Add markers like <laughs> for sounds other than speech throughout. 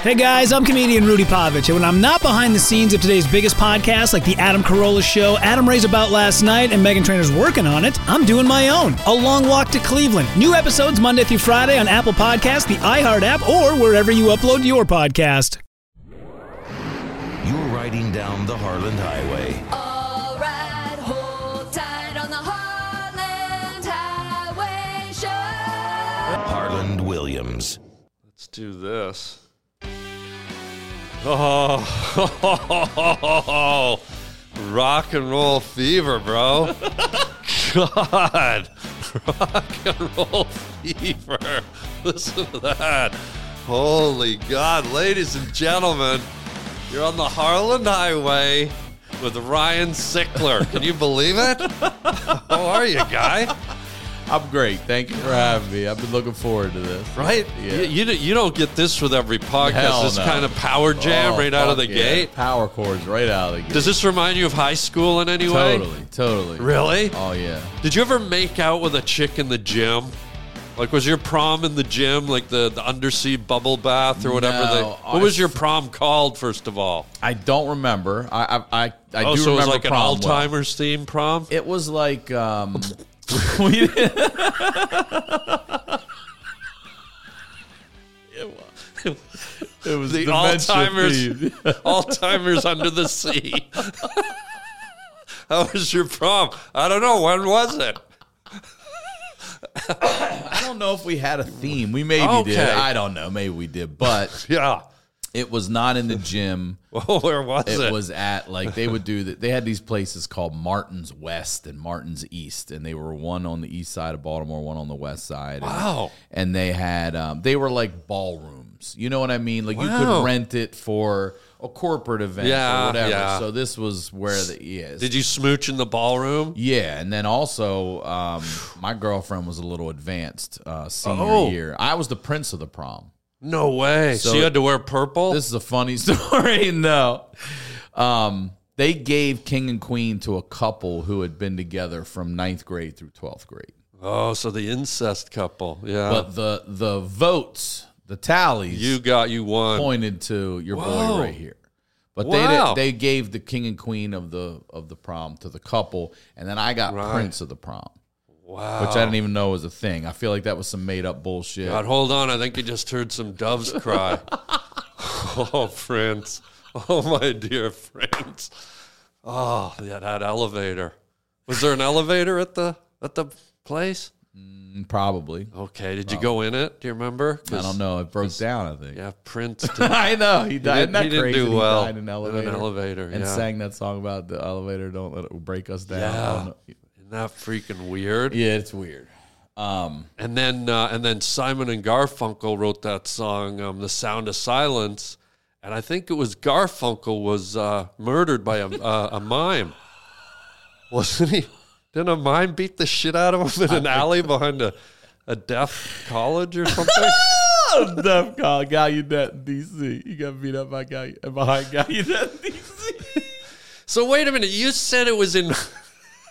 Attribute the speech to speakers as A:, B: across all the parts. A: Hey guys, I'm comedian Rudy Povich, and when I'm not behind the scenes of today's biggest podcast, like the Adam Carolla Show, Adam Ray's About Last Night, and Megan Trainor's working on it, I'm doing my own. A Long Walk to Cleveland. New episodes Monday through Friday on Apple Podcasts, the iHeart app, or wherever you upload your podcast.
B: You're riding down the Harland Highway.
C: All right, hold tight on the Heartland Highway Show.
B: Harland Williams.
D: Let's do this. Oh, <laughs> rock and roll fever, bro. God, rock and roll fever. Listen to that. Holy God, ladies and gentlemen, you're on the Harlan Highway with Ryan Sickler. Can you believe it? <laughs> How are you, guy?
E: I'm great. Thank you for having me. I've been looking forward to this.
D: Right?
E: Yeah.
D: You, you, don't- you don't get this with every podcast.
E: Hell
D: this
E: no.
D: kind of power jam
E: Oh,
D: right out of the
E: fuck yeah.
D: gate.
E: Power chords right out of the gate.
D: Does this remind you of high school in any way?
E: totally, totally.
D: Really?
E: Oh yeah.
D: Did you ever make out with a chick in the gym? Like, was your prom in the gym, like the, the undersea bubble bath or whatever?
E: No,
D: they, what was
E: I-
D: your prom called, first of all?
E: I don't remember. I I I, I
D: oh,
E: do
D: so it
E: remember
D: was like an
E: prom well.
D: all timers theme prom?
E: It was like
D: <laughs>
E: um. <laughs> we didn't- It was
D: The
E: dementia
D: all-timers. <laughs>
E: <laughs> themed.
D: all timers under the sea. <laughs> How was your prom? I don't know. When was it?
E: I don't know if we had a theme. We maybe did.
D: Okay.
E: I don't know. Maybe we did, but
D: Yeah.
E: it was not in the gym.
D: Oh, <laughs> where was it?
E: it, was at like they would do that they had these places called martin's west and martin's east and they were one on the east side of baltimore one on the west side and,
D: Wow.
E: and they had um, they were like ballrooms you know what i mean like you
D: Wow.
E: could rent it for a corporate event
D: Yeah,
E: or whatever
D: yeah.
E: so this was where the yeah
D: Did you smooch in the ballroom?
E: yeah, and then also um, my girlfriend was a little advanced uh, senior
D: Oh.
E: year. I was the prince of the prom.
D: No way. So,
E: So-
D: you had to wear purple?
E: This is a funny <laughs> story, no. Um, they gave king and queen to a couple who had been together from ninth grade through twelfth grade.
D: oh, so the incest couple. Yeah.
E: But the the votes, the tallies,
D: Uh. you got, you won.
E: pointed to your
D: Whoa.
E: boy right here. But
D: Wow.
E: they did, they gave the king and queen of the of the prom to the couple, and then I got prince of the prom,
D: Wow.
E: which I didn't even know was a thing. I feel like that was some made up bullshit.
D: God, hold on. I think you just heard some doves
E: <laughs>
D: cry. <laughs> oh, Prince. Oh, my dear Prince. Oh, yeah, that elevator. Was there an elevator at the at the place?
E: Mm, Probably,
D: Okay. Did you go in it? Do you remember?
E: I don't know. It broke down. I think.
D: Yeah, Prince. did-
E: <laughs> I know he died.
D: didn't-
E: Isn't that
D: he didn't
E: crazy?
D: do well
E: He died in an
D: in an
E: elevator.
D: elevator,
E: and
D: yeah.
E: sang that song about the elevator. Don't let it break us down. I don't
D: yeah.
E: know.
D: Isn't that freaking weird?
E: yeah, it's <laughs> weird. Um,
D: And then uh, and then Simon and Garfunkel wrote that song, um, "The Sound of Silence," and I think it was Garfunkel was uh, murdered by a, uh, a mime, wasn't he? Didn't a mime beat the shit out of him in an alley behind a, a deaf college or
E: <laughs>
D: something?
E: Def Con guy, you that in DC. You got beat up by guy behind guy you that
D: <laughs>
E: in DC.
D: so wait a minute, you said it was in.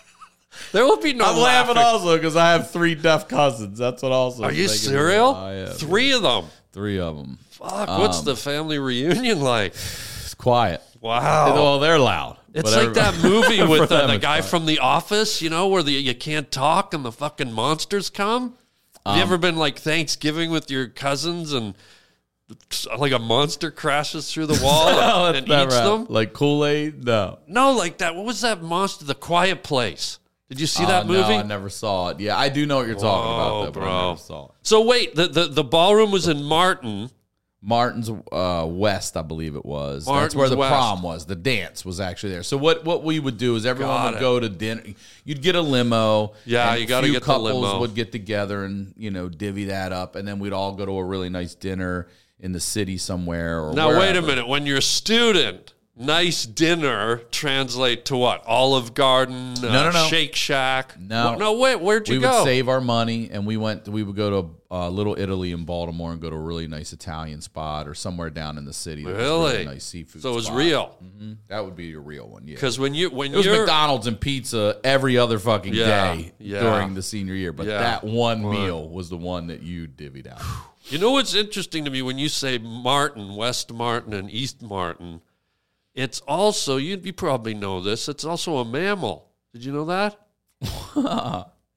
D: <laughs> there will be no.
E: I'm laughing also because I have three deaf cousins. That's what also.
D: Are
E: is
D: you
E: making me-
D: serial?
E: I am. Um,
D: Three of them.
E: Three of them.
D: Fuck! What's the family reunion like?
E: It's quiet.
D: Wow.
E: Well, they're loud.
D: Oh. It's
E: but
D: like
E: everybody-
D: that
E: <laughs>
D: movie with uh,
E: them,
D: the
E: it's
D: guy from The Office, you know, where the you can't talk and the fucking monsters come. Have
E: Um,
D: you ever been like Thanksgiving with your cousins and like a monster crashes through
E: <laughs>
D: the wall
E: Oh,
D: and,
E: it's
D: and
E: that
D: eats
E: rap.
D: them?
E: Like Kool Aid. No.
D: No, like that. What was that monster? The Quiet Place. Did you see
E: Uh,
D: that
E: No,
D: movie?
E: I never saw it. Yeah, I do know what you're talking
D: Whoa,
E: about, though, but
D: bro.
E: I never saw it.
D: So wait, the, the the ballroom was in Martin.
E: Martin's uh, West, I believe it was.
D: Martin's
E: That's where the
D: West.
E: prom was. The dance was actually there. So what what we would do is everyone
D: Got
E: would
D: it.
E: go to dinner. You'd get a limo.
D: Yeah,
E: and
D: you
E: a
D: gotta
E: few
D: get the
E: couples
D: limo.
E: would get together and you know divvy that up, and then we'd all go to a really nice dinner in the city somewhere. Or
D: Now wait a
E: wherever.
D: minute. When you're a student, nice dinner translate to what? Olive Garden, uh,
E: no, no.
D: Shake Shack.
E: No.
D: no. Wait, where'd you
E: We
D: go?
E: would save our money, and we went. We would go to uh, Little Italy in Baltimore and go to a really nice Italian spot or somewhere down in the city. that was
D: Really?
E: nice seafood.
D: so it was
E: spot. Mm-hmm.
D: real.
E: That would be a real one. Yeah.
D: Because when you when
E: It was
D: you're
E: McDonald's and pizza every other fucking
D: Yeah,
E: day
D: yeah.
E: during the senior year, but
D: Yeah.
E: that one meal was the one that you divvied out.
D: You know what's interesting to me when you say Martin, West Martin, and East Martin? It's also, you, you probably know this, it's also a mammal. Did you know that? <laughs>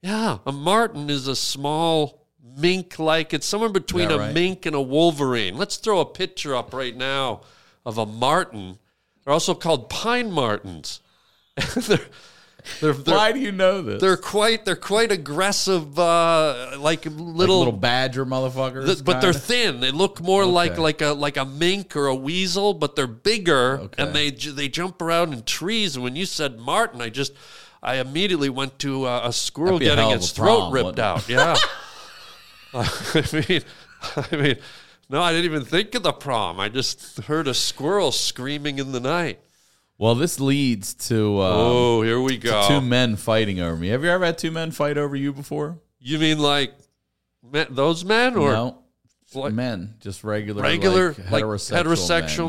D: yeah, a Martin is a small mink like, it's somewhere between
E: that
D: a
E: right?
D: mink and a wolverine. Let's throw a picture up right now of a Martin. They're also called pine Martins. <laughs> they're, <sighs> they're, they're,
E: Why do you know this?
D: they're quite they're quite aggressive, uh, like
E: Like
D: little
E: little badger motherfuckers.
D: Th- but they're
E: kinda?
D: thin. They look more like
E: Okay.
D: like a like a mink or a weasel, but they're bigger
E: Okay.
D: and they ju- they jump around in trees. And when you said Martin, I just I immediately went to uh, a squirrel
E: That'd be a
D: getting
E: hell of
D: its
E: a
D: throat
E: prom,
D: ripped out. Yeah,
E: wouldn't
D: <laughs> I mean, I mean, no, I didn't even think of the prom. I just heard a squirrel screaming in the night.
E: well, this leads to, uh,
D: oh, here we
E: to
D: go.
E: two men fighting over me. Have you ever had two men fight over you before?
D: you mean like me- those men or?
E: no.
D: Like-
E: men, just regular,
D: regular
E: like,
D: like
E: heterosexual,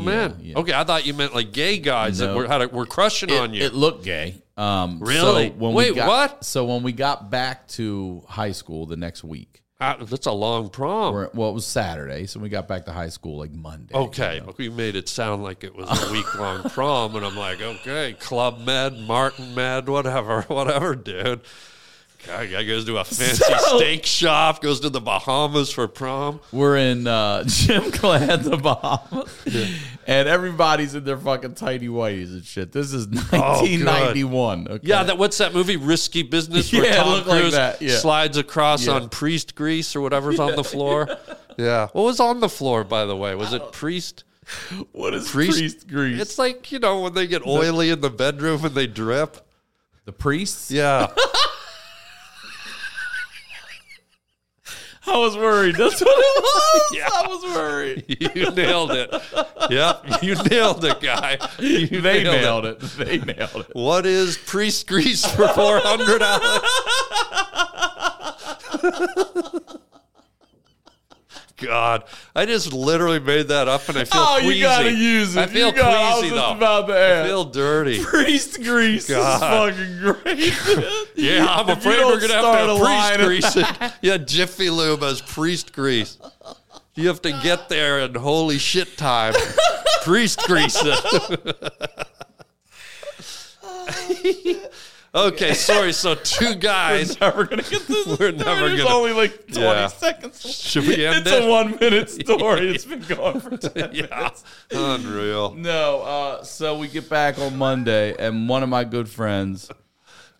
D: heterosexual,
E: men.
D: men.
E: Yeah, yeah.
D: Okay, I thought you meant like gay guys that
E: No.
D: were had a, were crushing
E: it,
D: on you.
E: It looked gay. Um, so
D: Really?
E: when
D: Wait,
E: we got,
D: what?
E: So when we got back to high school the next week,
D: Ah, that's a long prom.
E: or, well, it was Saturday, so we got back to high school like Monday.
D: okay, okay, you made it sound like it was a week
E: <laughs>
D: long prom, and I'm like, okay, Club Med, Martin Med, whatever, <laughs> whatever, dude. Guy, guy goes to a
E: <laughs>
D: fancy steak shop, goes to the Bahamas for prom.
E: We're in uh, <laughs> gym class, the Bahamas, and everybody's in their fucking tighty whities and shit. This is 1991. okay?
D: Oh, Yeah, that what's that movie, Risky
E: <laughs>
D: Business, where
E: Yeah, it
D: Tom
E: looked like
D: Cruise
E: that, yeah.
D: slides across
E: Yeah.
D: on priest grease or whatever's on
E: <laughs>
D: the floor. Yeah, what was on the floor, by the way? Was it priest?
E: what is
D: Priest-
E: priest, grease?
D: It's like you know when they get oily in the bedroom and they drip.
E: the priests. <laughs>
D: Yeah,
E: I was worried. That's
D: <laughs>
E: what it was.
D: Yeah.
E: I was worried.
D: you nailed it. Yeah, you nailed it, guy. <laughs> You
E: they nailed it. They nailed it.
D: What is priest grease for four hundred dollars? God, I just literally made that up, and I feel
E: Oh,
D: queasy.
E: you gotta use it.
D: I feel
E: you gotta, I was
D: queasy
E: just
D: though.
E: about to
D: I
E: ask.
D: feel dirty.
E: priest grease
D: God.
E: is fucking great.
D: Yeah, I'm
E: If you
D: afraid we're
E: don't
D: gonna have to
E: start
D: have
E: a
D: priest grease. it. <laughs> yeah, Jiffy Lube as priest grease. You have to get there in holy shit
E: <laughs>
D: time. priest grease. it. okay, sorry. So two guys.
E: Never gonna get this.
D: We're <laughs>
E: story.
D: never
E: There's
D: gonna-
E: only like 20
D: Yeah.
E: seconds.
D: Should we end
E: It's
D: it?
E: a one <laughs> minute story. It's been going for
D: <laughs>
E: 10
D: yeah,
E: minutes.
D: unreal.
E: <laughs> No, uh, so we get back on Monday, and one of my good friends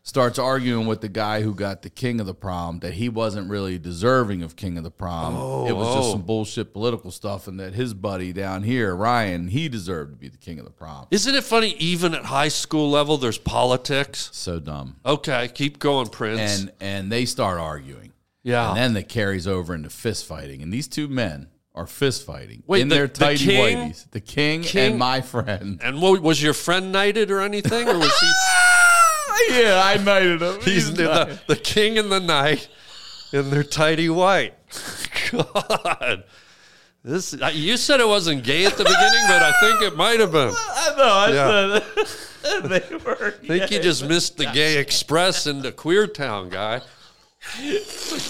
E: starts arguing with the guy who got the king of the prom that he wasn't really deserving of king of the prom. it was just
D: oh.
E: some bullshit political stuff, and that his buddy down here, Ryan, he deserved to be the king of the prom.
D: Isn't it funny? Even at high school level, there's politics.
E: So dumb.
D: Okay, keep going, Prince.
E: And and they start arguing.
D: yeah.
E: And then that carries over into fist fighting. And these two men are fist fighting
D: Wait,
E: in
D: the-
E: their
D: the
E: tighty
D: king-
E: whities. The king,
D: king-
E: and my friend.
D: and what was your friend knighted or anything, or was he?
E: <laughs> yeah, I knighted him.
D: He's the, the,
E: knighted.
D: the king and the knight in their tidy white. <laughs> God. This uh, you said it wasn't gay at the beginning, but I think it might have been. I
E: <laughs> I know. I
D: Yeah.
E: said <laughs> they were. I
D: think you just missed the gay express into Queer Town, guy.
E: <laughs>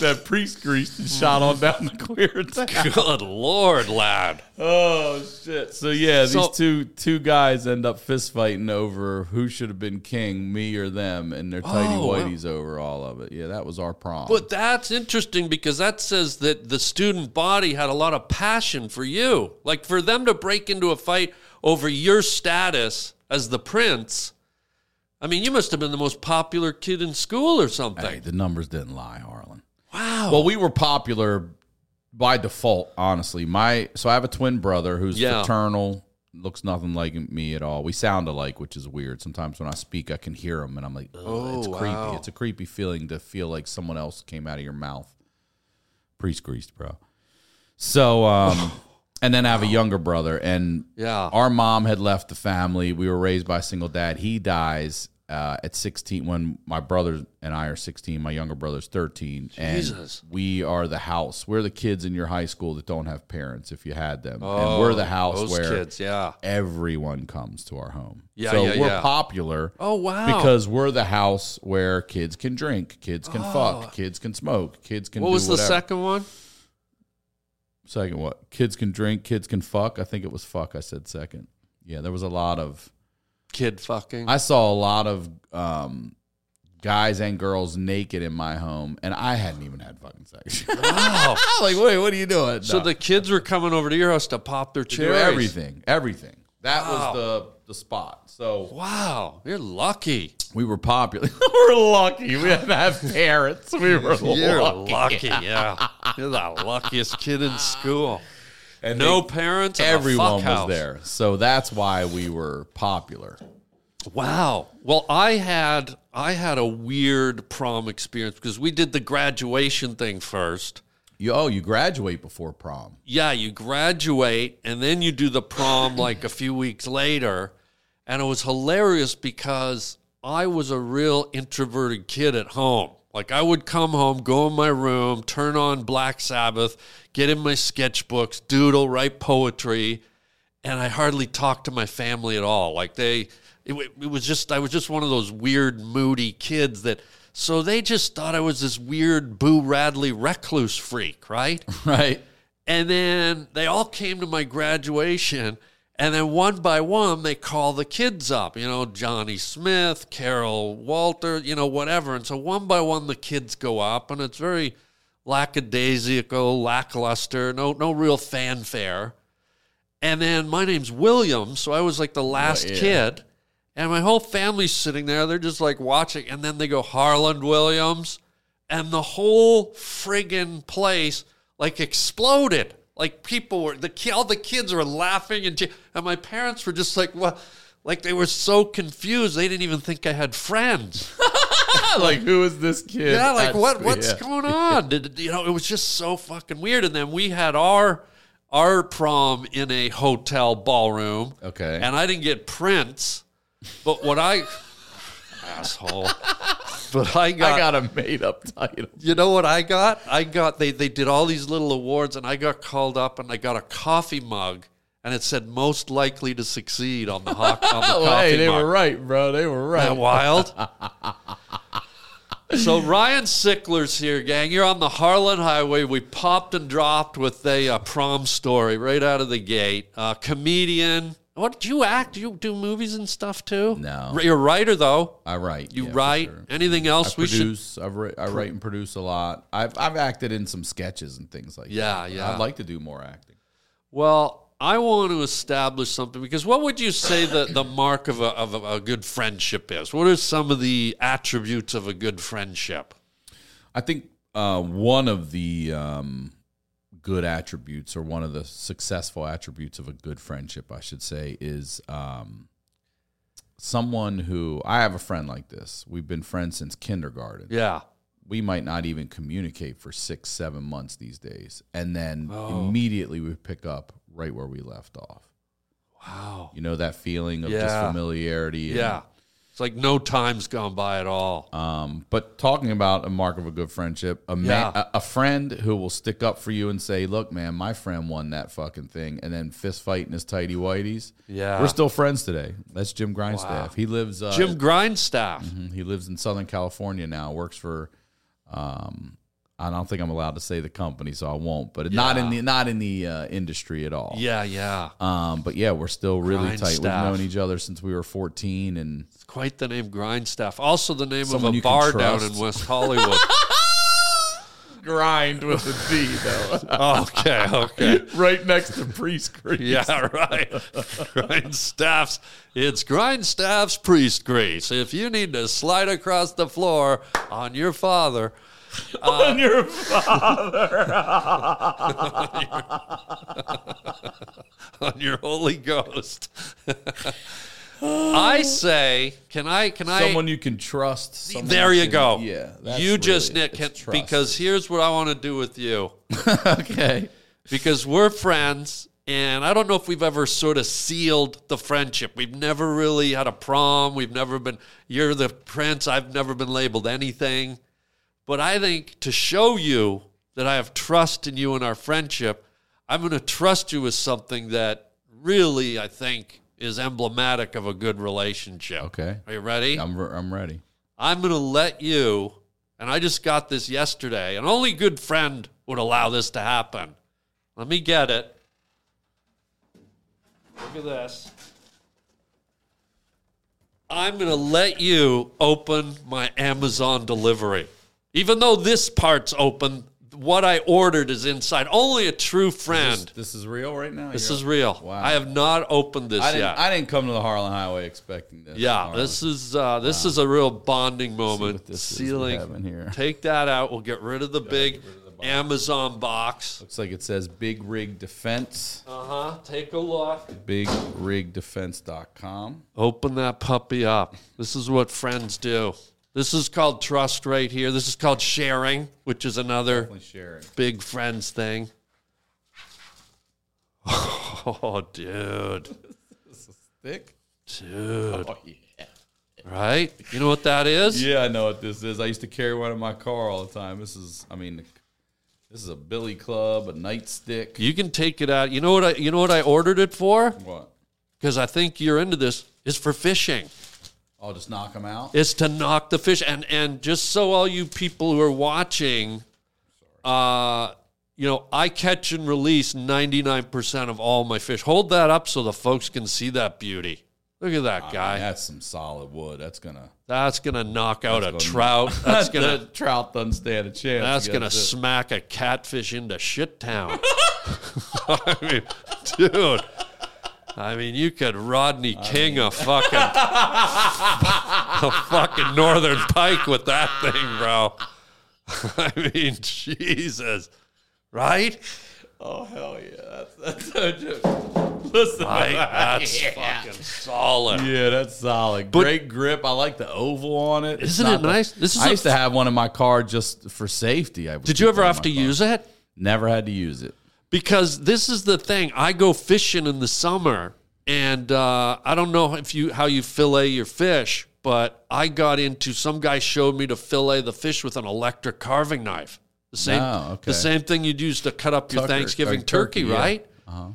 E: that priest greased and shot on down the clear town.
D: Good lord, lad.
E: <laughs> Oh shit! So yeah, these
D: So-
E: two two guys end up fist fighting over who should have been king, me or them, and their tidy
D: Oh, wow.
E: whities over all of it. Yeah, that was our prom.
D: But that's interesting because that says that the student body had a lot of passion for you. Like for them to break into a fight over your status as the prince. I mean, you must have been the most popular kid in school or something.
E: Hey, the numbers didn't lie, Harlan.
D: Wow.
E: Well, we were popular by default, honestly. My so I have a twin brother who's
D: Yeah.
E: fraternal, looks nothing like me at all. We sound alike, which is weird. Sometimes when I speak, I can hear him, and I'm like, oh, it's creepy. It's a creepy feeling to feel like someone else came out of your mouth. Priest greased, bro. So, um, and then I have a younger brother, and
D: Yeah.
E: our mom had left the family. We were raised by a single dad. He dies uh, at 16 when my brother and I are 16. My younger brother's 13.
D: Jesus.
E: And we are the house. We're the kids in your high school that don't have parents if you had them. and we're the house
D: Oh, Those
E: where
D: kids, yeah.
E: everyone comes to our home.
D: Yeah,
E: so
D: yeah,
E: we're
D: yeah.
E: popular.
D: Oh, wow.
E: Because we're the house where kids can drink, kids can fuck, kids can smoke, kids can
D: Oh. What
E: do
D: was the
E: whatever.
D: second one?
E: Second, what? Kids can drink, kids can fuck. I think it was fuck. I said second. Yeah, there was a lot of.
D: Kid fucking.
E: I saw a lot of um, guys and girls naked in my home, and I hadn't even had fucking sex. <laughs>
D: wow.
E: like, wait, what are you doing?
D: So
E: No.
D: the kids were coming over to your house to pop their
E: do
D: cherries.
E: everything, everything. That
D: Wow.
E: was the the spot. So
D: Wow, you're lucky.
E: we were popular. <laughs> we're lucky. We didn't have parents. We were
D: You're
E: lucky.
D: lucky, yeah. You're the luckiest kid in school.
E: And
D: No
E: they-
D: parents. and a
E: everyone was
D: fuckhouse.
E: there. So that's why we were popular.
D: Wow. Well, I had I had a weird prom experience because we did the graduation thing first.
E: You oh, you graduate before prom. <laughs>
D: Yeah, you graduate and then you do the prom like a few weeks later. And it was hilarious because I was a real introverted kid at home. Like I would come home, go in my room, turn on Black Sabbath, get in my sketchbooks, doodle, write poetry, and I hardly talked to my family at all. Like they, it, wa- it was just I was just one of those weird moody kids that. So they just thought I was this weird Boo Radley recluse freak, right?
E: Right?
D: And then they all came to my graduation. And then one by one, they call the kids up, you know, Johnny Smith, Carol Walter, you know, whatever. And so one by one, the kids go up, and it's very lackadaisical, lackluster, no, no real fanfare. And then my name's William, so I was like the last
E: yeah.
D: kid. And my whole family's sitting there. They're just like watching. And then they go, Harland Williams. And the whole friggin' place like exploded. Like people were, the ki- all the kids were laughing. And, ch- and my parents were just like, what? Like they were so confused. They didn't even think I had friends.
E: like who is this kid?
D: Yeah, like
E: That's-
D: what what's
E: yeah.
D: going on? Did, you know, it was just so fucking weird. And then we had our our prom in a hotel ballroom.
E: Okay.
D: And I didn't get Prince, but what I asshole. But I got,
E: I got a made up title.
D: you know what I got? I got they they did all these little awards and I got called up and I got a coffee mug and it said most likely to succeed on the
E: <laughs>
D: hawk on the
E: Oh,
D: coffee
E: hey, they
D: mug.
E: were right, bro. They were
D: Isn't
E: right.
D: that wild? <laughs> so Ryan Sickler's here, gang. You're on the Harlan Highway. We popped and dropped with a uh, prom story right out of the gate. Uh, comedian. What did you act? You do movies and stuff too?
E: No.
D: R- You're a writer though.
E: I write.
D: You
E: yeah, for
D: write.
E: sure.
D: Anything
E: I
D: else we should?
E: produce. I've wri- I write and produce a lot. I've I've acted in some sketches and things like
D: Yeah,
E: that.
D: yeah.
E: I'd like to do more acting.
D: Well, I want to establish something because what would you say the, the mark of a, of a, a good friendship is? What are some of the attributes of a good friendship?
E: I think uh, one of the um, good attributes, or one of the successful attributes of a good friendship, I should say, is um, someone who I have a friend like this. We've been friends since kindergarten.
D: Yeah.
E: We might not even communicate for six, seven months these days, and then
D: Oh.
E: immediately we pick up right where we left off.
D: Wow.
E: You know that feeling of just
D: Yeah.
E: familiarity. and-
D: Yeah. It's like no time's gone by at all.
E: Um, but talking about a mark of a good friendship, a, man,
D: Yeah.
E: a, a friend who will stick up for you and say, "Look, man, my friend won that fucking thing," and then fist fighting his tidy whities.
D: Yeah.
E: we're still friends today. That's Jim Grindstaff. He lives uh,
D: Jim Grindstaff.
E: He lives in Southern California now. Works for. Um, I don't think I'm allowed to say the company, so I won't. But not in the not in the uh, industry at all.
D: Yeah, yeah.
E: Um, but yeah, we're still really
D: Grindstaff.
E: tight. We've known each other since we were 14, and
D: It's quite the name Grindstaff. Also the name
E: Someone
D: of a
E: you can
D: bar down
E: trust.
D: in West
E: <laughs>
D: Hollywood.
E: grind with a D <laughs> though.
D: okay, okay.
E: right next to Priest Creek.
D: Yeah, <laughs> right. Grindstaff's it's Grindstaff's priest grace. If you need to slide across the floor on your father,
E: <laughs>
D: uh,
E: on your
D: <laughs> on your Holy Ghost. I say, can I can I
E: <laughs> someone you can trust. someone
D: There you
E: can-
D: go.
E: Yeah,
D: you just
E: really-
D: knit can,
E: it's trust.
D: because here's what I want to do with you
E: <laughs> okay,
D: because we're friends, and I don't know if we've ever sort of sealed the friendship. We've never really had a prom. We've never been. You're the prince. I've never been labeled anything. But I think to show you that I have trust in you and our friendship, I'm going to trust you with something that really I think is emblematic of a good relationship.
E: Okay.
D: Are you ready?
E: I'm re- I'm ready.
D: I'm going to let you, and I just got this yesterday, an only good friend would allow this to happen. Let me get it. Look at this. I'm going to let you open my Amazon delivery. Even though this part's open, what I ordered is inside. Only a true friend.
E: This is real right now.
D: This is real.
E: Wow.
D: I have not opened this
E: I didn't.
D: yet.
E: I didn't come to the Harlan Highway expecting this. Um,
D: yeah,
E: Harlan.
D: this is uh, this is a real bonding moment.
E: what this is we have in
D: Ceiling.
E: here.
D: Take that out. We'll get rid of the big Amazon box.
E: looks like it says Big Rig Defense.
D: Uh huh. Take a look.
E: BigRigDefense.com.
D: Open that puppy up. This is what friends do. This is called trust right here. This is called sharing, which is another
E: Definitely sharing.
D: big friends thing. <laughs> Oh, dude.
E: Thick. <laughs>
D: Dude. Right? You know what that is?
E: Oh, Yeah, I know what this is. I used to carry one in my car all the time. This is, I mean, this is a billy club, a nightstick.
D: You can take it out. You know what I you know what I ordered it for?
E: What?
D: Because I think you're into this. It's for fishing.
E: I'll just knock them out.
D: It's to knock the fish. And and just so all you people who are watching, uh, you know, I catch and release 99% of all my fish. Hold that up so the folks can see that beauty. Look at that guy.
E: That's some solid wood. That's gonna.
D: That's gonna knock out a
E: gonna-
D: trout. That's gonna
E: That trout doesn't stand a chance.
D: That's gonna
E: against it.
D: smack a catfish into shit <laughs> town. I mean, dude. I mean, you could Rodney King a fucking a fucking northern pike with that thing, bro. I mean, Jesus, right? <laughs>
E: Oh hell yeah! <laughs> That's, that's so just, listen.
D: Right? That's fucking solid.
E: Yeah, that's solid. Great grip. I like the oval on it. It's
D: Isn't it
E: not the-
D: nice? This is
E: I
D: a-
E: used to have one in my car just for safety. I would
D: Did you
E: keep
D: ever
E: one in
D: have
E: my
D: to
E: car.
D: use it?
E: Never had to use it.
D: because this is the thing. I go fishing in the summer, and uh, I don't know if you how you fillet your fish, but I got into some guy showed me to fillet the fish with an electric carving knife. The same,
E: Oh, okay.
D: the same thing you'd use to cut up your
E: Tucker,
D: Thanksgiving
E: uh,
D: turkey,
E: turkey, yeah. Uh-huh.
D: right?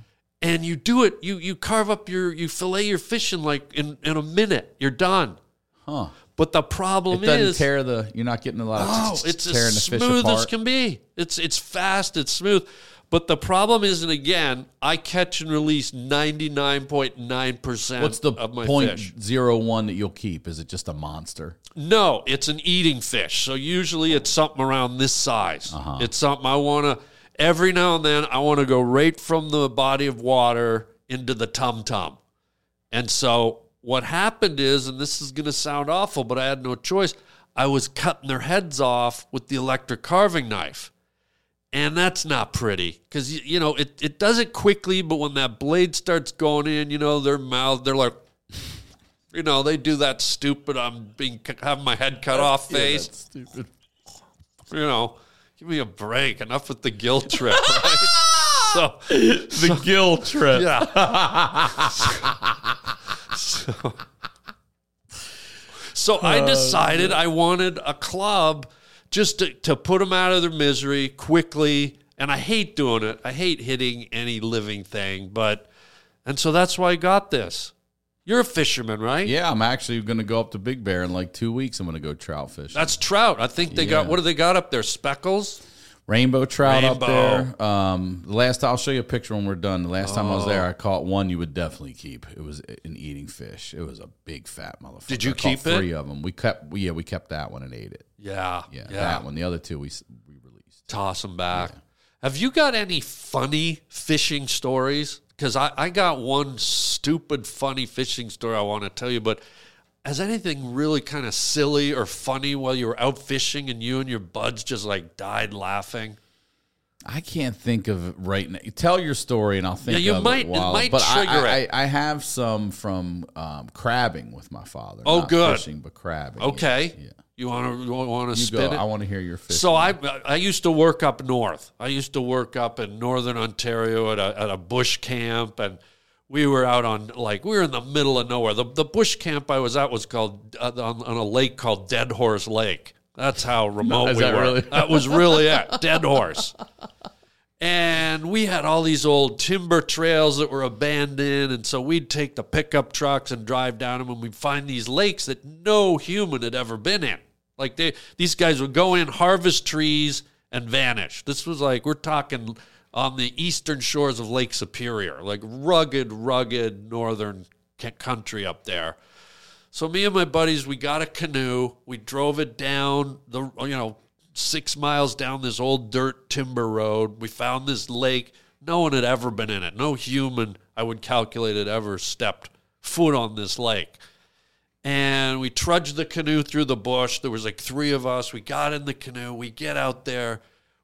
D: And you do it. You you carve up your you fillet your fish in like in, in a minute. You're done.
E: Huh?
D: But the problem
E: It doesn't
D: is
E: tear the. You're not getting a lot of.
D: Oh, it's
E: tearing
D: as
E: the
D: smooth
E: fish
D: as
E: apart.
D: can be. It's it's fast. It's smooth. But the problem is, and again, I catch and release ninety nine point nine percent.
E: What's the
D: of my
E: point
D: fish.
E: zero one that you'll keep? Is it just a monster?
D: No, it's an eating fish. So usually it's something around this size.
E: Uh-huh.
D: It's something I want to. Every now and then, I want to go right from the body of water into the tum tum. And so what happened is, and this is going to sound awful, but I had no choice. I was cutting their heads off with the electric carving knife. And that's not pretty because, you know, it, it does it quickly, but when that blade starts going in, you know, their mouth, they're like, <laughs> you know, they do that stupid, I'm being, having my head cut off face.
E: stupid.
D: <laughs> You know, give me a break. Enough with the guilt trip, right? so,
E: The guilt trip.
D: yeah. <laughs> so, so I decided I wanted a club just to, to put them out of their misery quickly. And I hate doing it. I hate hitting any living thing. But, and so that's why I got this. You're a fisherman, right?
E: Yeah, I'm actually going to go up to Big Bear in like two weeks. I'm going to go trout fish.
D: That's trout. I think they got,
E: Yeah.
D: what do they got up there? Speckles?
E: rainbow trout
D: Rainbow.
E: up there. Um, the last I'll show you a picture when we're done. The last time I was there,
D: Oh.
E: I caught one you would definitely keep. It was an eating fish. It was a big fat motherfucker.
D: Did you
E: I caught
D: keep it?
E: Three of them. We kept. Yeah, we kept that one and ate it.
D: Yeah.
E: Yeah, that one. The other two we s- we released.
D: toss them back. Have you got any funny fishing stories? Because I, I got one stupid funny fishing story I want to tell you, but has anything really kind of silly or funny while you were out fishing and you and your buds just like died laughing?
E: I can't think of right now. Tell your story, and I'll think.
D: Yeah, you
E: of
D: might-
E: It
D: it
E: while,
D: might
E: but I-
D: trigger
E: I,
D: it.
E: I, I have some from um, crabbing with my father.
D: Oh,
E: Not
D: good.
E: Fishing, but crabbing. yeah.
D: Okay,
E: Yeah.
D: you want to you want to
E: You
D: spin
E: go.
D: it?
E: I want to hear your fish.
D: So I I used to work up north. I used to work up in northern Ontario at a at a bush camp, and we were out on like we were in the middle of nowhere. The the bush camp I was at was called uh, on, on a lake called Dead Horse Lake. That's how remote Oh,
E: Is
D: we
E: that
D: were.
E: really-
D: <laughs> That was really it. Dead Horse. And we had all these old timber trails that were abandoned. And so we'd take the pickup trucks and drive down them and we'd find these lakes that no human had ever been in. Like they, these guys would go in, harvest trees, and vanish. This was like, we're talking on the eastern shores of Lake Superior, like rugged, rugged northern c- country up there. So me and my buddies, we got a canoe. We drove it down the you know six miles down this old dirt timber road. We found this lake. No one had ever been in it. No human, I would calculate, had ever stepped foot on this lake. And we trudged the canoe through the bush. There was like three of us. We got in the canoe. We get out there.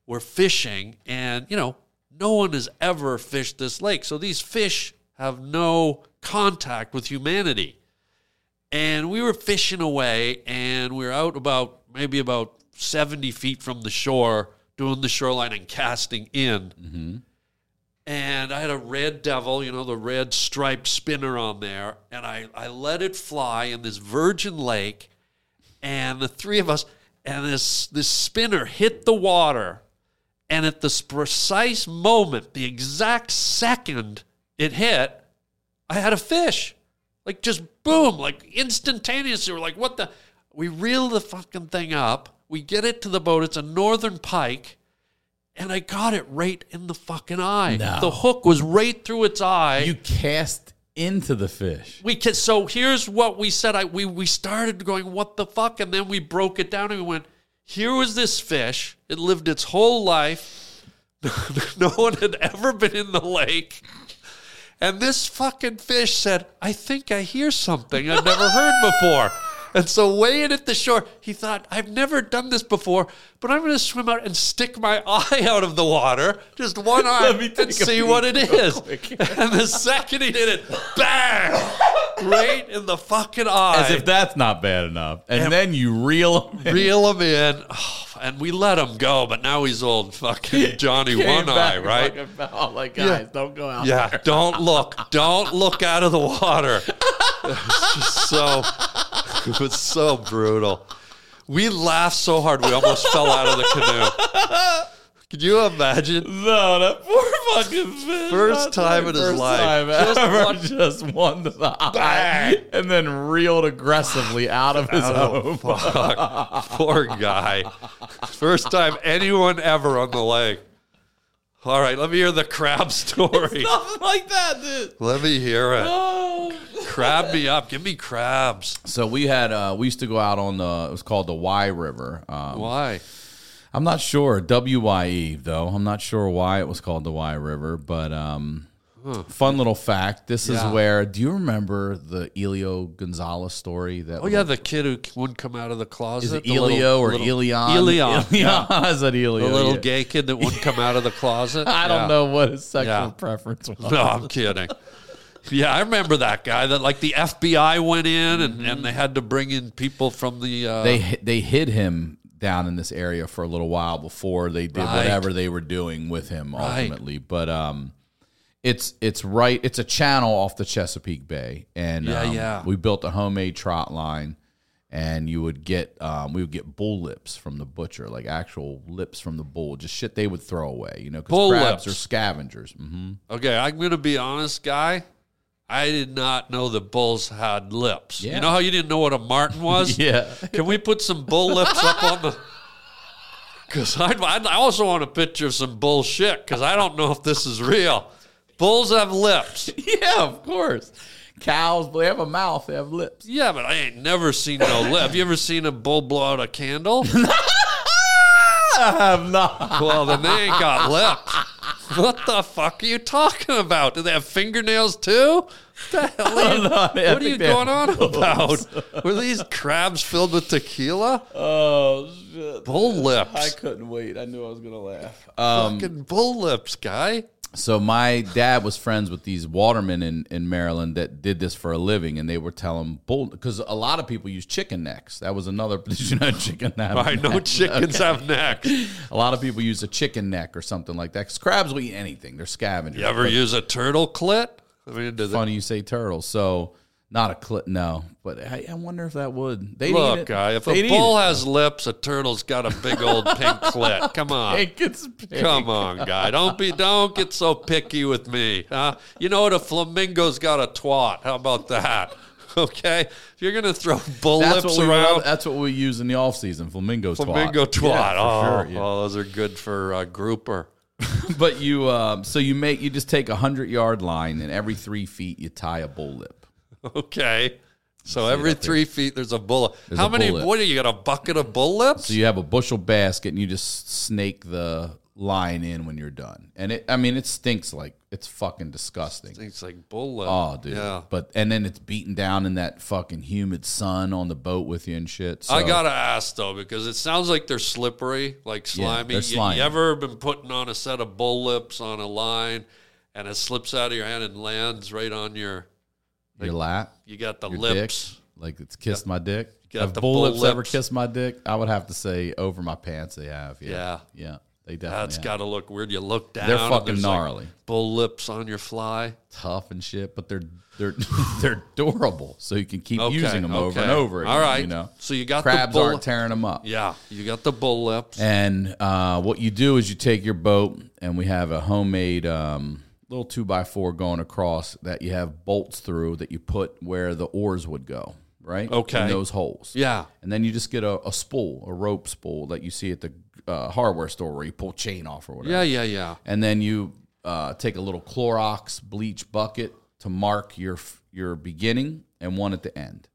D: We're fishing, and you know, no one has ever fished this lake. So these fish have no contact with humanity and we were fishing away and we were out about maybe about 70 feet from the shore doing the shoreline and casting in and i had a red devil you know the red striped spinner on there and I, I let it fly in this virgin lake and the three of us and this this spinner hit the water and at this precise moment the exact second it hit I had a fish. Like just boom, like instantaneously. We're like, what the? We reel the fucking thing up. We get it to the boat. It's a northern pike. And I got it right in the fucking eye.
E: No.
D: The hook was right through its eye.
E: You cast into the fish.
D: we can, so here's what we said. I we we started going, what the fuck? And then we broke it down and we went, here was this fish. It lived its whole life. <laughs> no one had ever been in the lake. And this fucking fish said, I think I hear something I've never heard before. And so, weighing at the shore, he thought, I've never done this before, but I'm going to swim out and stick my <laughs> eye out of the water, just one eye,
E: me take
D: and
E: a
D: see
E: peek
D: what it is.
E: quick.
D: <laughs> and the second he did it, bang! Right in the fucking eye.
E: As if that's not bad enough. And then you reel <laughs> him in.
D: Reel him in, Oh, and we let him go. But now he's old, fucking Johnny One Eye, right?
E: <laughs> Oh my guys, don't go out.
D: Yeah, don't look. Don't look out of the water. It's just so it was so brutal. We laughed so hard we almost fell out of the canoe. Can you imagine?
E: No, that poor fucking fish.
D: First
E: That's
D: time
E: my
D: in his
E: first
D: life.
E: Time
D: Just
E: ever.
D: one-
E: <laughs> just one to the eye,
D: Bang.
E: and then reeled aggressively out of his home.
D: Fuck. Poor guy. First time anyone ever on the lake. All right, let me hear the crab story.
E: Nothing like that, dude.
D: Let me hear it.
E: Oh.
D: Crab me up. Give me crabs.
E: So we had uh, we used to go out on the it was called the Y River. Um,
D: Why?
E: I'm not sure W Y E though. I'm not sure why it was called the Y River, but um, fun little fact. This
D: Yeah.
E: is where. Do you remember the Elio Gonzalez story? That
D: Oh yeah, the kid who wouldn't come out of the closet.
E: is it
D: the little-
E: Elio or
D: little-
E: Elion? <laughs>
D: Elion. yeah.
E: Elion. is it Elio?
D: The little
E: yeah.
D: gay kid that wouldn't come out of the closet.
E: <laughs> I don't
D: Yeah.
E: know what his sexual
D: Yeah.
E: preference was.
D: No, I'm kidding. Yeah, I remember that guy. That like the FBI went in and, and they had to bring in people from the. Uh,
E: They hi- they hid him down in this area for a little while before they did
D: Right.
E: whatever they were doing with him ultimately. But um, it's it's right. It's a channel off the Chesapeake Bay, and
D: Yeah,
E: um,
D: yeah.
E: we built a homemade trot line. And you would get, um, we would get bull lips from the butcher, like actual lips from the bull, just shit they would throw away, you know,
D: Bull
E: because crabs
D: lips.
E: are scavengers. hmm
D: okay, I'm gonna be honest, guy. I did not know that bulls had lips.
E: Yeah.
D: You know how you didn't know what a martin was?
E: <laughs> Yeah.
D: Can we put some bull lips up on the? <laughs> Because I, I also want a picture of some bullshit. Because I don't know if this is real. Bulls have lips.
E: <laughs> Yeah, of course. Cows, they have a mouth, they have lips.
D: Yeah, but I ain't never seen no lip. Have you ever seen a bull blow out a
E: <laughs>
D: candle?
E: I have not. <laughs>
D: well, then they ain't got lips. What the fuck are you talking about? Do they have fingernails too? What the hell are you,
E: I
D: what are you
E: think they have
D: going
E: <laughs>
D: on about? Were these crabs filled with tequila?
E: Oh, shit.
D: Bull
E: I
D: lips.
E: couldn't wait. I knew I was going to laugh.
D: Fucking
E: um,
D: bull lips, guy.
E: Uh, So my dad was friends with these watermen in, in Maryland that did this for a living, and they were telling bull because a lot of people use chicken necks. That was another. <laughs> Did you know chicken neck?
D: I know
E: <laughs>
D: chickens have necks. You
E: A lot of people use a chicken neck or something like that. 'cause crabs will eat anything. They're scavengers.
D: ever
E: But
D: use a turtle clit? I mean, do they-
E: funny you say turtle. So not a clit. No, but I, I wonder if that would. They
D: look, guy. If a bull has lips, a turtle's got a big old pink clit.
E: <laughs>
D: Come on.
E: it gets big.
D: Come on, guy. Don't be don't get so picky with me. Huh? You know what? A flamingo's got a twat. How about that? <laughs> Okay? If you're gonna throw bull
E: That's
D: lips
E: what, we,
D: around
E: that's what we use in the off season. Flamingo twat.
D: flamingo twat.
E: Yeah,
D: oh,
E: for sure, yeah.
D: well, those are good for uh, grouper. <laughs>
E: but you, um, so you make you just take a hundred yard line, and every three feet you tie a bull lip.
D: Okay. So every three feet, there's a bullet.
E: There's
D: How
E: a
D: many?
E: bullet.
D: What are you got? A bucket of bullets?
E: So you have a bushel basket, and you just snake the line in when you're done. And it, I mean, it stinks like it's fucking disgusting.
D: it's like bullet.
E: Oh, dude.
D: Yeah.
E: But and then it's beaten down in that fucking humid sun on the boat with you and shit. So
D: I gotta ask though because it sounds like they're slippery, like slimy.
E: they're
D: You-
E: slimy.
D: You, ever been putting on a set of bull lips on a line, and it slips out of your hand and lands right on your?
E: your lap,
D: You got the
E: your
D: lips.
E: dick, like it's kissed my dick.
D: got
E: Have
D: the
E: bull
D: bull
E: lips, ever
D: lips.
E: kissed my dick? I would have to say over my pants. They have. Yeah.
D: Yeah.
E: Yeah, they definitely.
D: That's
E: have.
D: got to look weird. You look down.
E: They're
D: and
E: fucking
D: there's, like,
E: gnarly,
D: bull lips on your fly.
E: tough and shit, but they're they're <laughs> they're durable, so you can keep
D: Okay,
E: using them over
D: okay.
E: and over. Again,
D: All right.
E: you know,
D: So you got the
E: crabs
D: bull-
E: aren't tearing them up.
D: Yeah, you got the bull lips.
E: And uh, what you do is you take your boat, and we have a homemade um, little two by four going across that you have bolts through that you put where the oars would go, right?
D: Okay.
E: In those holes.
D: yeah.
E: And then you just get a, a spool, a rope spool that you see at the uh, hardware store where you pull chain off or whatever.
D: Yeah. Yeah. Yeah.
E: And then you uh, take a little Clorox bleach bucket to mark your f- your beginning and one at the end.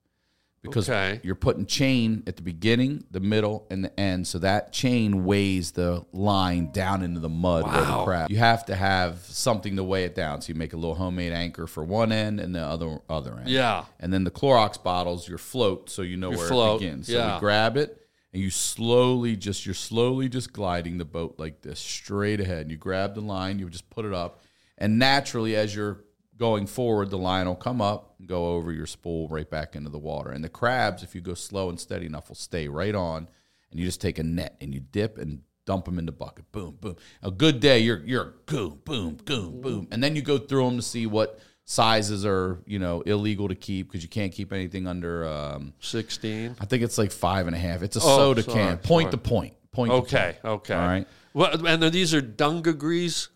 E: Because
D: Okay.
E: you're putting chain at the beginning, the middle, and the end. So that chain weighs the line down into the mud where the
D: Wow.
E: crab. You have to have something to weigh it down. So you make a little homemade anchor for one end and the other other end.
D: Yeah.
E: And then the Clorox bottles, your float, so you know where
D: float,
E: it begins. So
D: yeah.
E: you grab it and you slowly just you're slowly just gliding the boat like this straight ahead. And you grab the line, you just put it up, and naturally as you're going forward, the line will come up and go over your spool right back into the water. And the crabs, if you go slow and steady enough, will stay right on. And you just take a net and you dip and dump them in the bucket. Boom, boom. A good day, you're you're boom, boom, boom, boom, and then you go through them to see what sizes are you know illegal to keep because you can't keep anything under. Um,
D: Sixteen.
E: I think it's like five and a half. It's a
D: Oh,
E: soda
D: sorry,
E: can, point
D: sorry.
E: to point, point.
D: Okay. Okay.
E: All right.
D: Well, and then these are dungarees.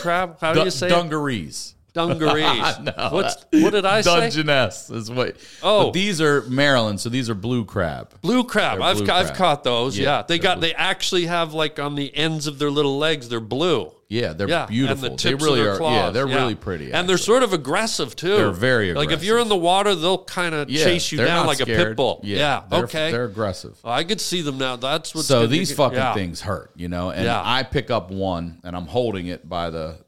D: crab. How
E: to
D: do
E: point.
D: you say it?
E: <laughs> dungarees?
D: dungarees? What's, what did I say?
E: Dungeness is what.
D: Oh.
E: but these are Maryland, so these are blue crab.
D: Blue crab. I've,
E: blue
D: ca- I've
E: crab.
D: caught those.
E: Yeah,
D: Yeah. They
E: they're
D: got they actually have like on the ends of their little legs, they're blue.
E: Yeah, they're
D: yeah, And
E: beautiful.
D: the
E: they
D: tips
E: really
D: of their
E: are.
D: Claws.
E: Yeah, they're really pretty.
D: and they're sort of aggressive too.
E: They're very
D: Like if you're in
E: aggressive.
D: the water, they'll kind of
E: Yeah,
D: chase you
E: they're
D: down
E: not
D: like a pit
E: scared.
D: bull. Yeah.
E: they're-
D: okay.
E: They're aggressive.
D: I could see them now. That's what's
E: so
D: gonna
E: these
D: get-
E: fucking
D: yeah.
E: things hurt, you know. And
D: Yeah.
E: I pick up one and I'm holding it by the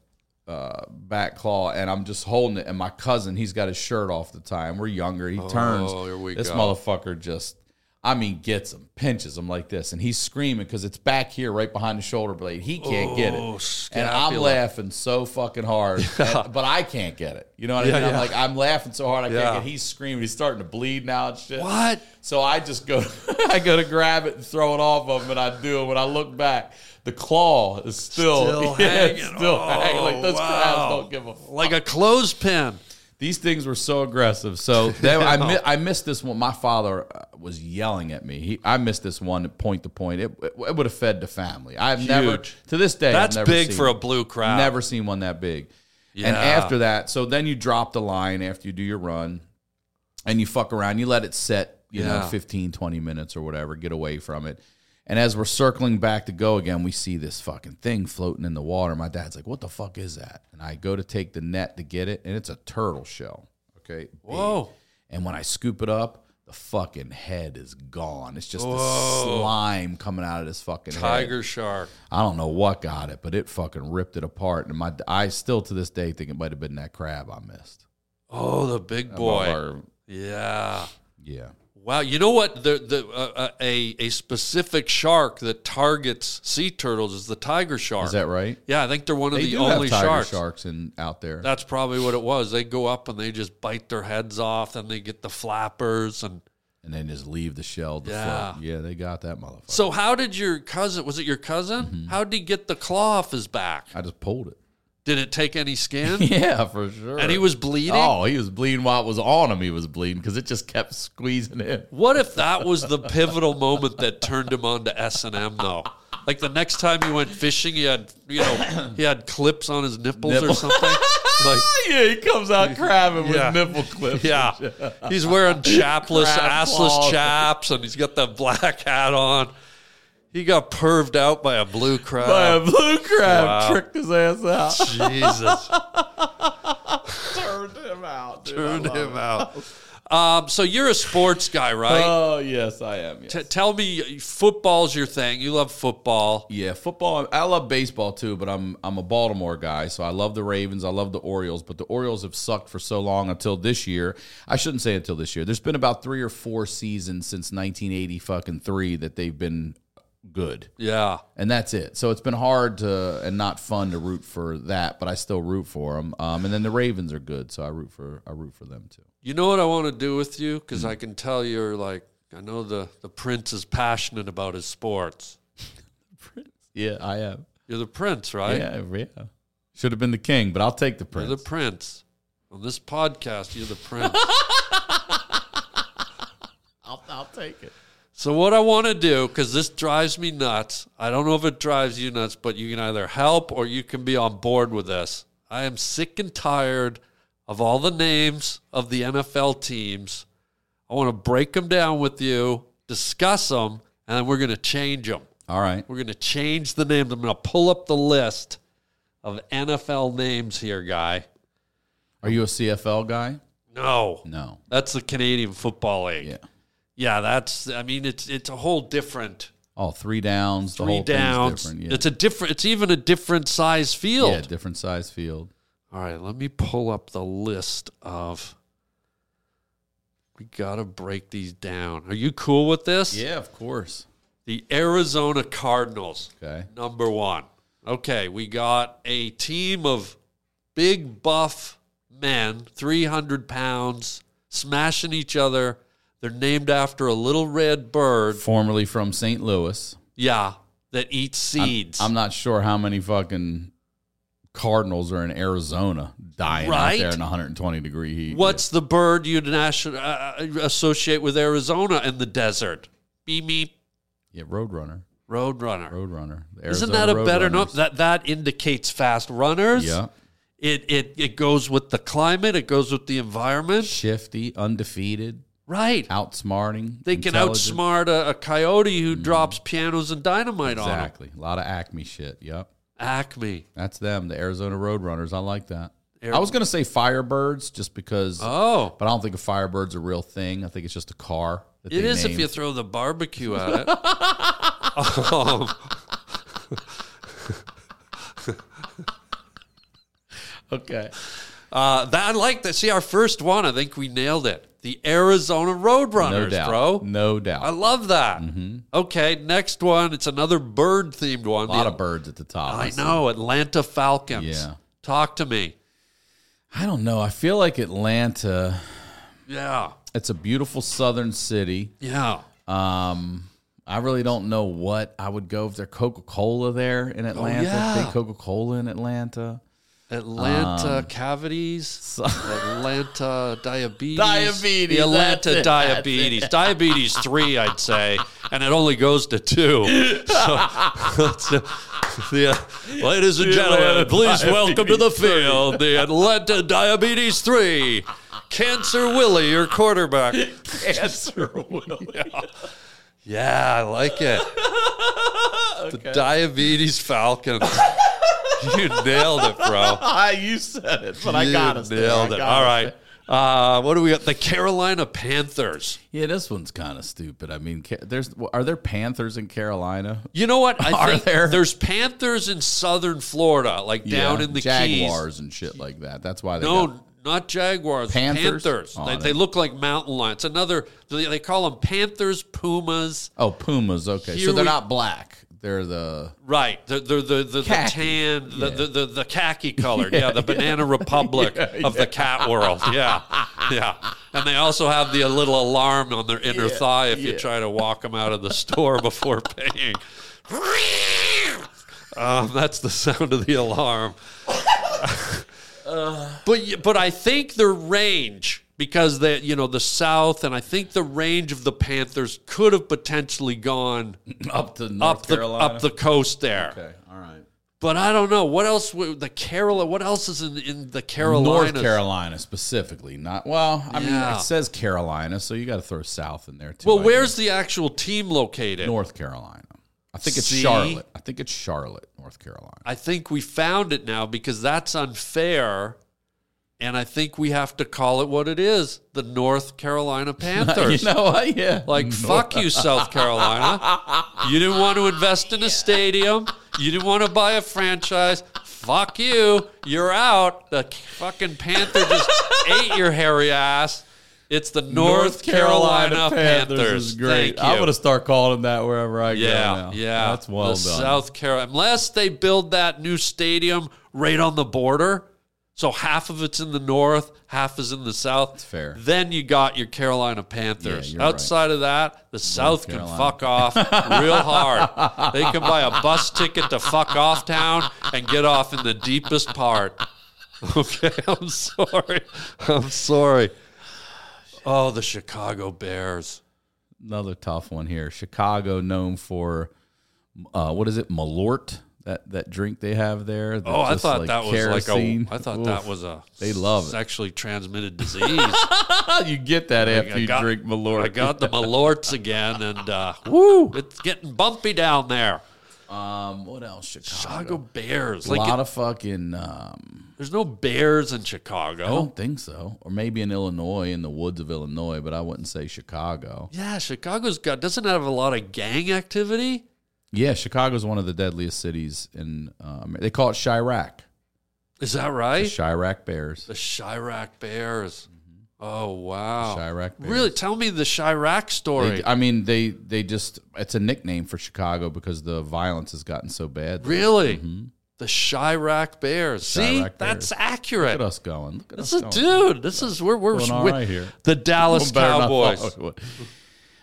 E: uh, back claw and I'm just holding it. And my cousin, he's got his shirt off the time. We're younger. He turns.
D: Oh, here we
E: this
D: go.
E: motherfucker just, I mean, gets him, pinches him like this, and he's screaming because it's back here, right behind the shoulder blade. He can't get it. And I'm
D: Oh, scapula.
E: laughing so
D: <laughs>
E: fucking hard, and- but I can't get it. You know what I mean? I'm
D: yeah.
E: like, I'm laughing so hard I
D: Yeah.
E: can't get. it. He's screaming. He's starting to bleed now and shit.
D: What?
E: So I just go, <laughs> I go to grab it and throw it off of him, and I do. And when I look back, the claw is still, <laughs>
D: Still
E: yeah, it's
D: hanging.
E: still
D: Oh,
E: hanging. Like those
D: wow.
E: crabs don't give a. F-
D: Like a clothespin.
E: These things were so
D: <laughs>
E: aggressive. So then I, mi- I missed this one. My father uh, was yelling at me. He, I missed this one at point to point. It, it, would have fed the family. I've never
D: Huge.
E: to this day. I've
D: That's
E: never
D: big
E: seen
D: for a
E: it.
D: blue crab.
E: Never seen one that big.
D: Yeah.
E: And after that, so then you drop the line after you do your run and you fuck around. You let it set, you know,
D: Yeah.
E: 15, 20 minutes or whatever, get away from it. And as we're circling back to go again, we see this fucking thing floating in the water. My dad's like, what the fuck is that? And I go to take the net to get it, and it's a turtle shell. Okay.
D: Whoa.
E: And when I scoop it up, the fucking head is gone. It's just the slime coming out of this fucking head.
D: Tiger shark.
E: I don't know what got it, but it fucking ripped it apart. And my I still to this day think it might have been that crab I missed.
D: Oh, the big boy.
E: Or-
D: Yeah.
E: yeah.
D: Wow, you know what? The the uh, uh, a a specific shark that targets sea turtles is the tiger shark.
E: Is that right?
D: Yeah, I think they're one of
E: They
D: the
E: do
D: only
E: have tiger
D: sharks.
E: sharks, in out there.
D: That's probably what it was. They go up and they just bite their heads off, and they get the flappers. And
E: and then just leave the shell to
D: Yeah.
E: float. Yeah, they got that motherfucker.
D: so, how did your cousin? Was it your cousin? How did he get the claw off his back?
E: Mm-hmm. I just pulled it. <laughs>
D: Did it take any skin?
E: Yeah, for sure.
D: and he was bleeding.
E: Oh, he was bleeding while it was on him. He was bleeding because it just kept squeezing him.
D: What if that was the pivotal moment that turned him on to S and M though? Like the next time he went fishing, he had you know he had clips on his nipples or
E: Nipple.
D: something. Like
E: <laughs> yeah, he comes out
D: <laughs>
E: crabbing
D: Yeah.
E: with nipple
D: <laughs>
E: clips.
D: yeah, he's wearing chapless,
E: Crab
D: assless
E: claws.
D: chaps, and he's got the black hat on. He got perved out by a blue crab.
E: By a <laughs> blue crab
D: Wow.
E: tricked his ass out.
D: <laughs> Jesus.
E: Turned him out. dude.
D: Turned him out. Um, so you're a sports guy, right?
E: Oh yes, I am. yes.
D: T- tell me, football's your thing. You love football.
E: Yeah, football. I love baseball too, but I'm I'm a Baltimore guy, so I love the Ravens. I love the Orioles, but the Orioles have sucked for so long until this year. I shouldn't say until this year. There's been about three or four seasons since 1980 fucking three that they've been good,
D: Yeah.
E: and that's it. So it's been hard to and not fun to root for that, but I still root for them. Um, and then the Ravens are good, so I root for I root for them too.
D: You know what I want to do with you? Because I can tell you're like, I know the, the prince is passionate about his sports.
E: <laughs> Yeah, I am.
D: You're the prince, right?
E: Yeah, yeah. Should have been the king, but I'll take the prince.
D: You're the prince. On this podcast, you're the prince. <laughs>
E: I'll, I'll take it.
D: so, what I want to do, because this drives me nuts, I don't know if it drives you nuts, but you can either help or you can be on board with this. I am sick and tired of all the names of the NFL teams. I want to break them down with you, discuss them, and then we're going to change them.
E: All right.
D: We're going to change the names. I'm going to pull up the list of NFL names here, guy.
E: Are you a CFL guy?
D: No.
E: No.
D: That's the Canadian Football League.
E: Yeah.
D: Yeah, that's I mean it's it's a whole different
E: Oh, three downs. the
D: three
E: whole
D: downs.
E: Thing's different. Yeah.
D: It's a different it's even a different size field.
E: yeah, different size field.
D: All right, let me pull up the list of we got to break these down. Are you cool with this?
E: of course.
D: The Arizona Cardinals.
E: Okay.
D: number one. Okay, we got a team of big buff men, 300 pounds, smashing each other. They're named after a little red bird.
E: Formerly from St. Louis.
D: Yeah, that eats seeds.
E: I'm not sure how many fucking Cardinals are in Arizona dying
D: Right?
E: out there in 120 degree heat.
D: What's the bird you'd nation- uh, associate with Arizona in the desert? Beep, meep,
E: Yeah, Roadrunner.
D: roadrunner.
E: Roadrunner. The
D: Isn't
E: Arizona
D: that a better note?
E: Roadrunners.
D: That that indicates fast runners.
E: Yeah.
D: It, it it goes with the climate. It goes with the environment.
E: Shifty, undefeated,
D: Right.
E: outsmarting.
D: They can
E: intelligent. Mm-hmm.
D: outsmart a, a coyote who drops pianos and dynamite on 'em.
E: Exactly. A lot of Acme shit. Yep.
D: Acme.
E: That's them, the Arizona Roadrunners. I like that.
D: Air-
E: I was going to say Firebirds just because
D: Oh,
E: But I don't think a Firebird's a real thing. I think it's just a car. That
D: it
E: they
D: is if
E: named.
D: you throw the barbecue
E: <laughs>
D: at it. um,
E: okay.
D: uh, that, I like that. See, our first one, I think we nailed it. The Arizona Roadrunners,
E: No doubt,
D: bro.
E: No Mm-hmm. doubt.
D: I love that. Okay, next one. It's another bird themed one.
E: a lot
D: The-
E: of birds at the top.
D: I know. Atlanta Falcons.
E: Yeah.
D: Talk to me.
E: I don't know. I feel like Atlanta.
D: Yeah.
E: It's a beautiful southern city.
D: Yeah.
E: Um, I really don't know what I would go if there's Coca Cola there in Atlanta.
D: Oh, yeah.
E: Big Coca Cola
D: <laughs>
E: in Atlanta. Um,
D: Atlanta cavities. Atlanta diabetes.
E: Diabetes,
D: The
E: that's it,
D: Atlanta
E: that's
D: diabetes. Diabetes three, I'd say, and it only goes to two.
E: <laughs>
D: So, that's, uh, the, uh, ladies and gentlemen, please welcome to the field the Atlanta diabetes three. Cancer Willie, your quarterback.
E: Answer Willie.
D: Yeah, I like
E: <laughs>
D: it. The diabetes Falcons. <laughs> you nailed it, bro.
E: you said it, but
D: You Nailed it. All right. Uh, what do we got? The Carolina Panthers.
E: Yeah, this one's kind of stupid. I mean, Ca- there's are there Panthers in Carolina?
D: You know what? I
E: <laughs> Are
D: think
E: there?
D: there's Panthers in southern Florida, like down
E: Yeah,
D: in the
E: Jaguars
D: Keys.
E: and shit like that. That's why they
D: No,
E: got-
D: not Jaguars.
E: Panthers?
D: Panthers.
E: Oh,
D: they,
E: that-
D: they look like mountain lions. Another, they, they call them Panthers, Pumas.
E: Oh, Pumas. Okay,
D: Here
E: so they're
D: we-
E: not black.
D: <clears throat>
E: They're the
D: Right. They're, they're, they're, they're the
E: Khaki.
D: tan, the, the, the, the khaki colored. Yeah, the Banana Republic of the cat world. Yeah. Yeah. And they also have the little alarm on their inner thigh if you try to walk them out of the store before paying. um, that's the sound of the alarm. But y- but I think the range because the you know the South and I think the range of the Panthers could have potentially gone
E: up to North
D: up the up the coast there.
E: okay, all right.
D: But I don't know what else. would- The Carol. What else is in, in the Carolinas?
E: North Carolina specifically, not well. I mean,
D: Yeah.
E: it says Carolina, so you got to throw South in there too.
D: Well,
E: I
D: where's the actual team located?
E: think. North Carolina? I I think it's
D: See?
E: Charlotte. I think it's Charlotte, North Carolina.
D: I think we found it now because that's unfair. And I think we have to call it what it is the North Carolina Panthers.
E: <laughs> You know what? Yeah.
D: Like, fuck you, South Carolina. You didn't want to invest in a stadium. You didn't want to buy a franchise. Fuck you. You're out. The fucking Panther just ate your hairy ass. It's the North, Carolina, Panthers.
E: is great.
D: Thank you.
E: I'm gonna start calling them that wherever I
D: yeah,
E: go. now.
D: yeah.
E: That's well
D: the
E: done.
D: South Carolina. Unless they build that new stadium right on the border. So half of it's in the north, half is in the south. That's
E: fair.
D: Then you got your Carolina Panthers.
E: you're right.
D: Outside of that, the South
E: Carolina.
D: can fuck off real hard. they can buy a bus ticket to fuck off town and get off in the deepest part. <laughs> Okay, I'm sorry. I'm sorry. Oh, the Chicago Bears.
E: Another tough one here. Chicago, known for uh, what is it, Malort? That that drink they have there. that
D: Oh, I
E: just,
D: thought
E: like,
D: that was
E: kerosene.
D: like a. I thought
E: Oof.
D: that was a.
E: They love it.
D: sexually transmitted
E: <laughs>
D: disease. I
E: Ah, you get that after you
D: got-
E: drink Malort.
D: got
E: <laughs>
D: the malorts again, and uh, woo, it's getting bumpy down there.
E: um, what else? Chicago.
D: Chicago Bears.
E: A
D: Like,
E: lot
D: it-
E: of fucking. Um,
D: there's no bears in
E: I
D: Chicago.
E: don't think so. Or maybe in Illinois, in the woods of Illinois, but I wouldn't say Chicago.
D: Yeah, Chicago's got doesn't have a lot of gang activity.
E: Yeah, Chicago's one of the deadliest cities in. Um, they call it Chirac.
D: Is that
E: The
D: right?
E: Chirac Bears.
D: The Chirac Bears. Oh wow,
E: Mm-hmm. Chirac Bears.
D: Really, tell me the Chirac story.
E: They- I mean, they they just it's a nickname for Chicago because the violence has gotten so bad. Look
D: really, the Chirac Bears. See,
E: Mm-hmm. Chirac
D: that's
E: Bears.
D: accurate.
E: at us going. Look at
D: This
E: us
D: is,
E: going.
D: dude. This is we're we're
E: Doing all
D: we-
E: right here.
D: the Dallas
E: Better not
D: Cowboys.
E: follow it.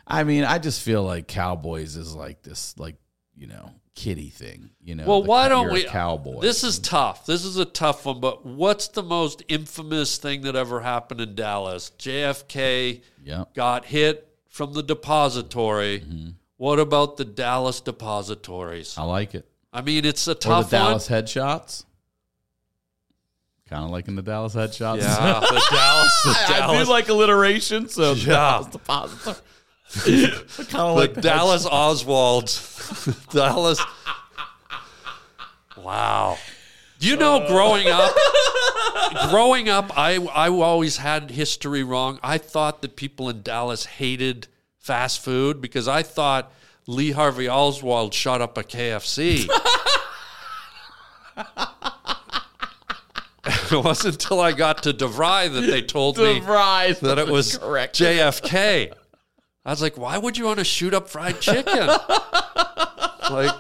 E: I mean, I just feel like Cowboys is like this, like you know, kitty thing. You know,
D: Well,
E: the
D: why
E: cow-
D: don't
E: you're a
D: we?
E: Cowboy?
D: This is tough. This is a tough one. But what's the most infamous thing that ever happened in Dallas? JFK
E: yeah.
D: got hit from the depository.
E: Mm-hmm.
D: What about the Dallas depositories?
E: I like it.
D: I mean, it's a
E: Um, Or the
D: tough one.
E: Dallas headshots. Kind of like in the Dallas headshots. <laughs>
D: Yeah, the Dallas. The
E: I- I
D: Dallas.
E: do like alliteration, <laughs>
D: <laughs>
E: so the Dallas depositor. kind of like
D: the <laughs>
E: that.
D: Dallas Oswalds. <laughs> Dallas. Wow. You know, growing <laughs> up, growing up, I I always had history wrong. I thought that people in Dallas hated fast food because I thought Lee Harvey Oswald shot up a <laughs> KFC. it wasn't until I got to DeVry that they told me
E: DeVries.
D: that
E: <laughs>
D: it was
E: correct.
D: JFK. I was like, why would you want to shoot up fried chicken? <laughs> like,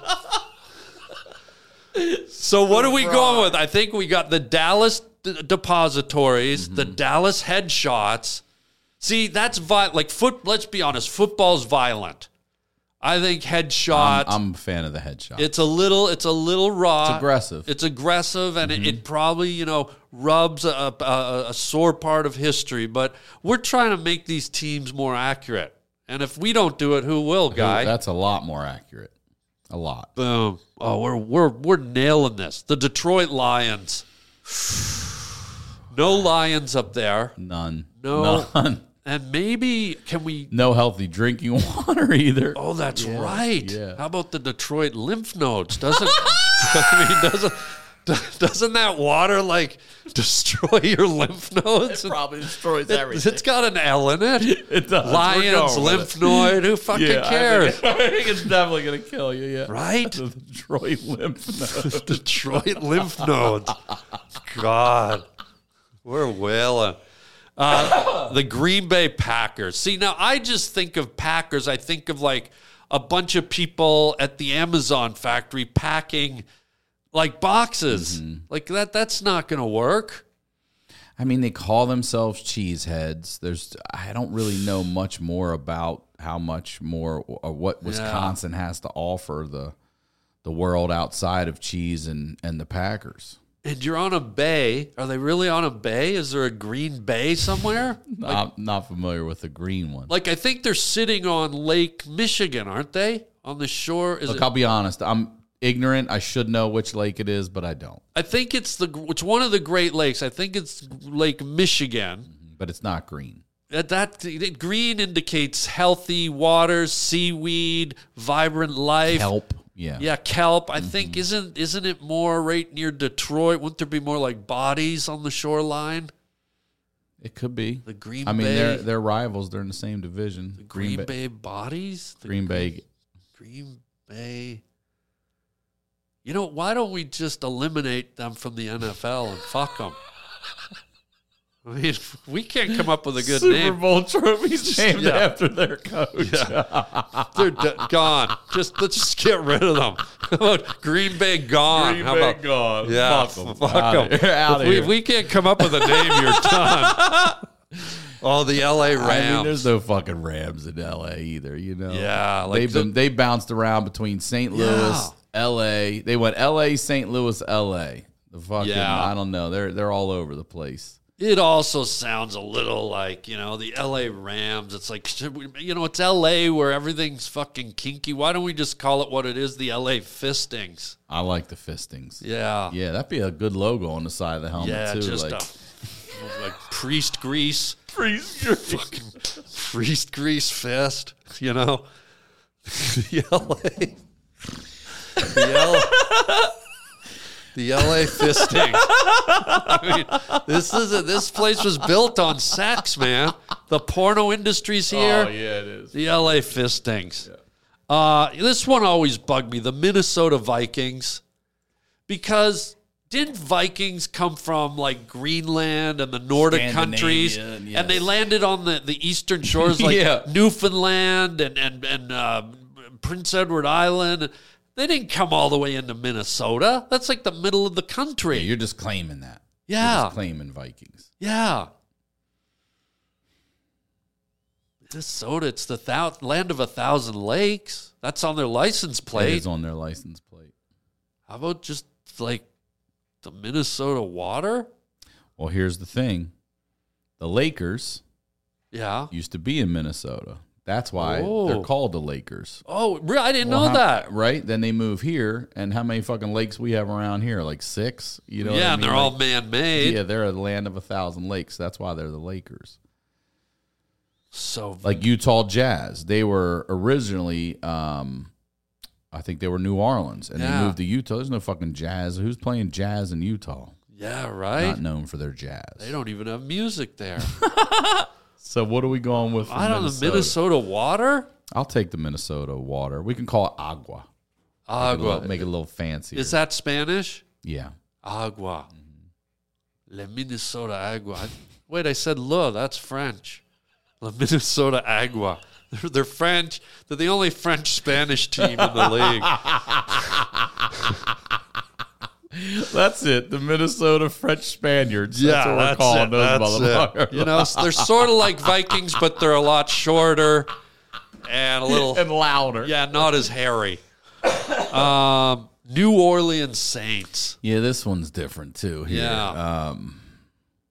D: so what are we going with? I think we got the Dallas d- depositories, the
E: Mm-hmm.
D: Dallas headshots. See, that's vi- like foot. Let's be honest, football's violent. I think headshot.
E: I'm a fan of the headshot.
D: It's a little, it's a little raw.
E: It's aggressive.
D: It's aggressive, and it, it probably you know rubs a, a, a sore part of history. But we're trying to make these teams more accurate, and if we don't do it, who will, guy?
E: That's a lot more accurate. A lot.
D: Boom! Oh, we're we're we're nailing this. The Detroit Lions. <sighs> No lions up there,
E: None.
D: No.
E: None.
D: and maybe can we?
E: No healthy drinking <laughs> water either.
D: Oh, that's right.
E: yeah.
D: How about the Detroit lymph nodes? Doesn't <laughs> I mean doesn't do- doesn't that water like destroy your lymph nodes?
E: probably destroys
D: It's <laughs> got an L in it.
E: <laughs> It does. We're
D: Lions,
E: going with
D: lymph node. Who fucking
E: Yeah, I
D: cares?
E: think, <laughs> I think it's definitely gonna kill you. Yeah.
D: Right?
E: <laughs> The Detroit lymph node.
D: Detroit lymph nodes. God, we're wailing. Uh, the Green Bay Packers. See, now I just think of Packers. I think of like a bunch of people at the Amazon factory packing like boxes. Like that. That's not going to work.
E: I mean, they call themselves cheeseheads. There's, I don't really know much more about how much more or what Wisconsin has to offer the the world outside of cheese and and the Packers.
D: And you're on a bay. Are they really on a bay? Is there a Green Bay somewhere?
E: I'm not familiar with the green one.
D: like I think they're sitting on Lake Michigan, aren't they? On the shore. Is
E: Look,
D: it,
E: I'll be honest. I'm ignorant. I should know which lake it is, but I don't.
D: I think it's the it's one of the Great Lakes. I think it's Lake Michigan.
E: But it's not green.
D: That, that that green indicates healthy waters, seaweed, vibrant life,
E: Kelp. Mm-hmm. Yeah.
D: Yeah, kelp. I think isn't isn't it more right near Detroit? Wouldn't there be more like bodies on the shoreline?
E: It could be.
D: The Green
E: I mean,
D: Bay-
E: they're they're rivals. They're in the same division.
D: The Green, Bay, bodies. The
E: Green Bay.
D: Green Bay. You know, why don't we just eliminate them from the NFL and fuck
E: <laughs>
D: them? I mean, we can't come up with a good name.
E: Bowl trophies
D: <laughs>
E: named
D: Yeah.
E: after their coach.
D: They're d- gone. Just let's just get rid of them. <laughs> How about Green Bay gone?
E: Green
D: How
E: Bay
D: about
E: gone.
D: Yeah,
E: Fuck 'em.
D: fuck
E: Outta
D: 'em.
E: here. Outta
D: If we,
E: here.
D: if we can't come up with a name,
E: <laughs>
D: you're done. Oh, the L.A. Rams.
E: I mean, there's no fucking Rams in L.A. either. You know.
D: Yeah, like
E: they've
D: the-
E: been they bounced around between St. Louis, L.A. They went L.A., St. Louis, L.A. The fucking
D: Yeah.
E: I don't know. They're they're all over the place.
D: It also sounds a little like, you know, the LA Rams. It's like, should we- you know, it's LA where everything's fucking kinky. Why don't we just call it what it is, the LA fistings?
E: I like the fistings.
D: Yeah.
E: Yeah, that'd be a good logo on the side of the helmet
D: Yeah,
E: too.
D: just
E: like
D: a like priest
E: <laughs>
D: grease. Priest grease. Fucking priest grease fist, you know? <laughs> the LA. <laughs> The LA. The LA fistings. I mean, this is a, this place was built on sex, man. The porno industry's here.
E: it is.
D: The LA Fistings. Uh, this one always bugged me the Minnesota Vikings. Because didn't Vikings come from like Greenland and the Nordic countries?
E: Scandinavian,
D: And they
E: yes.
D: landed on the, the eastern
E: <laughs>
D: shores like
E: Yeah.
D: Newfoundland and, and, and uh, Prince Edward Island. They didn't come all the way into Minnesota. That's like the middle of the country.
E: You're just claiming that. You're
D: yeah.
E: just claiming Vikings.
D: Yeah. Minnesota, it's the thou- land of a thousand lakes. That's on their license
E: It
D: plate.
E: is on their license plate.
D: How about just like the Minnesota water?
E: Well, here's the thing. The Lakers
D: Yeah.
E: used to be in Minnesota. That's why
D: Oh.
E: they're called the Lakers.
D: Oh, re- I didn't
E: Well,
D: know
E: how-
D: that.
E: Right? Then they move here and how many fucking lakes we have around here? Like six? You know what I
D: yeah, and
E: mean?
D: they're all
E: Like,
D: man made.
E: Yeah, they're a land of a thousand lakes. That's why they're the Lakers.
D: So,
E: Like Utah Jazz. They were originally um I think they were New Orleans and
D: Yeah.
E: they moved to Utah. There's no fucking jazz. Who's playing jazz in Utah?
D: yeah, right?
E: Not known for their jazz.
D: They don't even have music
E: <laughs>
D: there.
E: So what are we going with? for
D: I don't know. Minnesota water?
E: I'll take the Minnesota water. We can call it agua.
D: Agua.
E: Make it a little fancy.
D: Is that Spanish?
E: Yeah.
D: Agua. La Mm-hmm. Minnesota Agua. I- Wait, I said la, that's French. La Minnesota Agua. They're, they're French. They're the only French Spanish team in the league.
E: <laughs> That's it. The Minnesota French Spaniards.
D: it. You
E: <laughs>
D: know, so they're sort of like Vikings, but they're a lot shorter and a little,
E: louder. Yeah.
D: yeah, not as hairy. Um, New Orleans Saints.
E: Yeah, this one's different too. Here.
D: Yeah.
E: Um,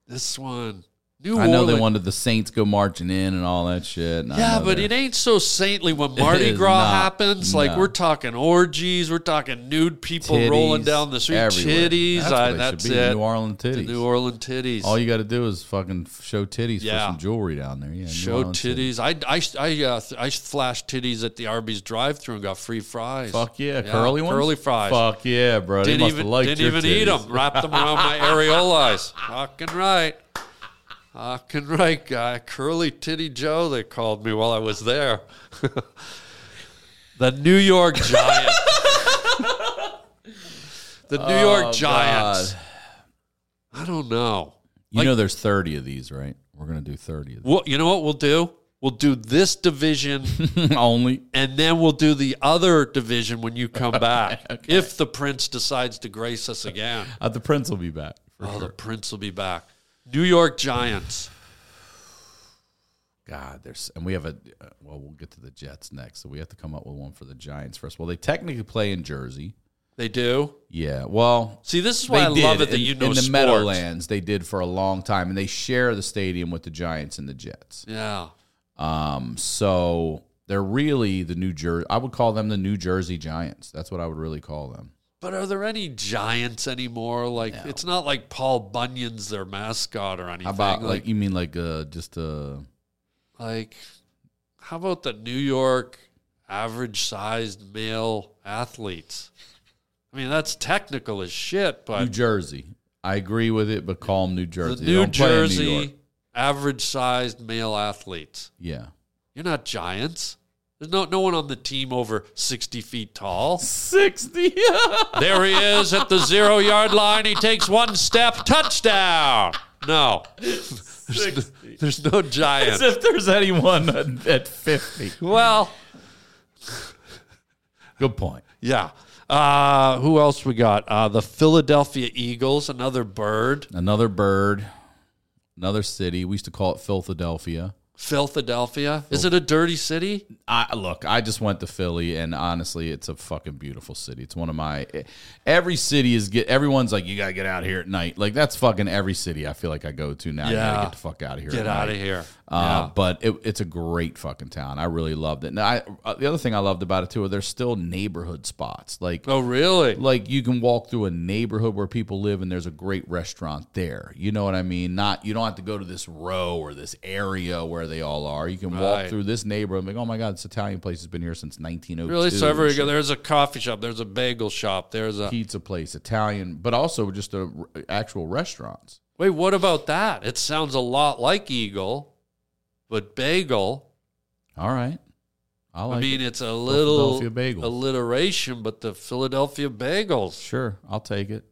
D: This one. New
E: I know they
D: Orleans-
E: wanted the Saints go marching in and all that shit. and I
D: Yeah,
E: know
D: but
E: they're-
D: it ain't so saintly when Mardi
E: is
D: Gras
E: not.
D: happens. Like
E: No.
D: we're talking orgies, we're talking nude people
E: Titties
D: rolling down the street,
E: everywhere.
D: titties.
E: That's,
D: That's,
E: what
D: I,
E: they
D: that's
E: should be,
D: it.
E: New Orleans
D: The
E: titties.
D: New Orleans titties.
E: all you got to do is fucking show titties
D: Yeah.
E: for some jewelry down there. Yeah, New
D: Show
E: Orleans
D: titties. I I I uh, I flashed titties at the Arby's drive-through and got free fries.
E: Fuck yeah, curly ones.
D: curly fries.
E: Fuck yeah, bro.
D: Didn't
E: they must
D: even
E: have liked
D: didn't
E: your
D: even eat
E: titties.
D: them. Wrapped them around my areolas. Fucking right. Fucking right, guy. Curly Titty Joe. They called me while I was there. <laughs> the New York Giants. <laughs> the New
E: Oh,
D: York Giants. I don't know.
E: You know, there's 30 of these, right? We're gonna do 30 of
D: Well, you know what we'll do? We'll do this division,
E: <laughs>
D: <laughs>
E: these. Only
D: and then we'll do the other division when you come back, if the prince decides to grace us again.
E: uh, the prince will be back. for
D: Oh,
E: sure.
D: the Prince will be back. New York Giants.
E: God, there's and we have a uh, well, we'll get to the Jets next, so we have to come up with one for the Giants first. Well, they technically play in Jersey.
D: They do.
E: Yeah, well,
D: See, this is why
E: they
D: I love
E: did
D: it that
E: in,
D: you know
E: in the
D: sports.
E: Meadowlands. They did for a long time, and they share the stadium with the Giants and the Jets.
D: Yeah.
E: Um, so they're really the New Jersey. I would call them the New Jersey Giants. That's what I would really call them.
D: But are there any Giants anymore? Like, it's not like Paul Bunyan's their mascot or anything.
E: How about like,
D: like,
E: you mean like uh just uh
D: like, how about the New York average sized male athletes. I mean, that's technical as shit,
E: New
D: but
E: Jersey. I agree with it, but call them New
D: the
E: Jersey. They
D: New
E: don't play in New York.
D: Jersey average sized male athletes.
E: Yeah.
D: You're not giants. There's no, no one on the team over 60 feet tall. <laughs>
E: 60.
D: There he is at the zero yard line. He takes one step, touchdown. No, there's no, there's no giant.
E: As if there's anyone at- at 50.
D: Well,
E: Good point.
D: yeah. Uh, who else we got? Uh, the Philadelphia Eagles, another bird.
E: Another bird, another city. We used to call it Philadelphia.
D: Philadelphia. Is it a dirty city?
E: I look, I just went to Philly and honestly, it's a fucking beautiful city. It's one of my every city is get everyone's like you got to get out of here at night. Like that's fucking every city I feel like I go to now. You got
D: Yeah.
E: to get the fuck out of here.
D: Get
E: at
D: out
E: night.
D: of here.
E: Uh, But it, it's a great fucking town. I really loved it. And I, uh, the other thing I loved about it too, are there's still neighborhood spots. Like
D: Oh, really?
E: like you can walk through a neighborhood where people live and there's a great restaurant there. You know what I mean? Not you don't have to go to this row or this area where they all are. You can walk
D: Right.
E: through this neighborhood and be like, oh my god, this Italian place has been here since 1902.
D: Really? So everywhere you go,
E: Shit.
D: there's a coffee shop, there's a bagel shop, there's a.
E: pizza place, Italian, but also just a, r- actual restaurants.
D: Wait, what about that? It sounds a lot like Eagle, but bagel.
E: All right, I like.
D: I mean,
E: it.
D: it's a little
E: Philadelphia bagels.
D: alliteration, but the Philadelphia bagels.
E: sure, I'll take it.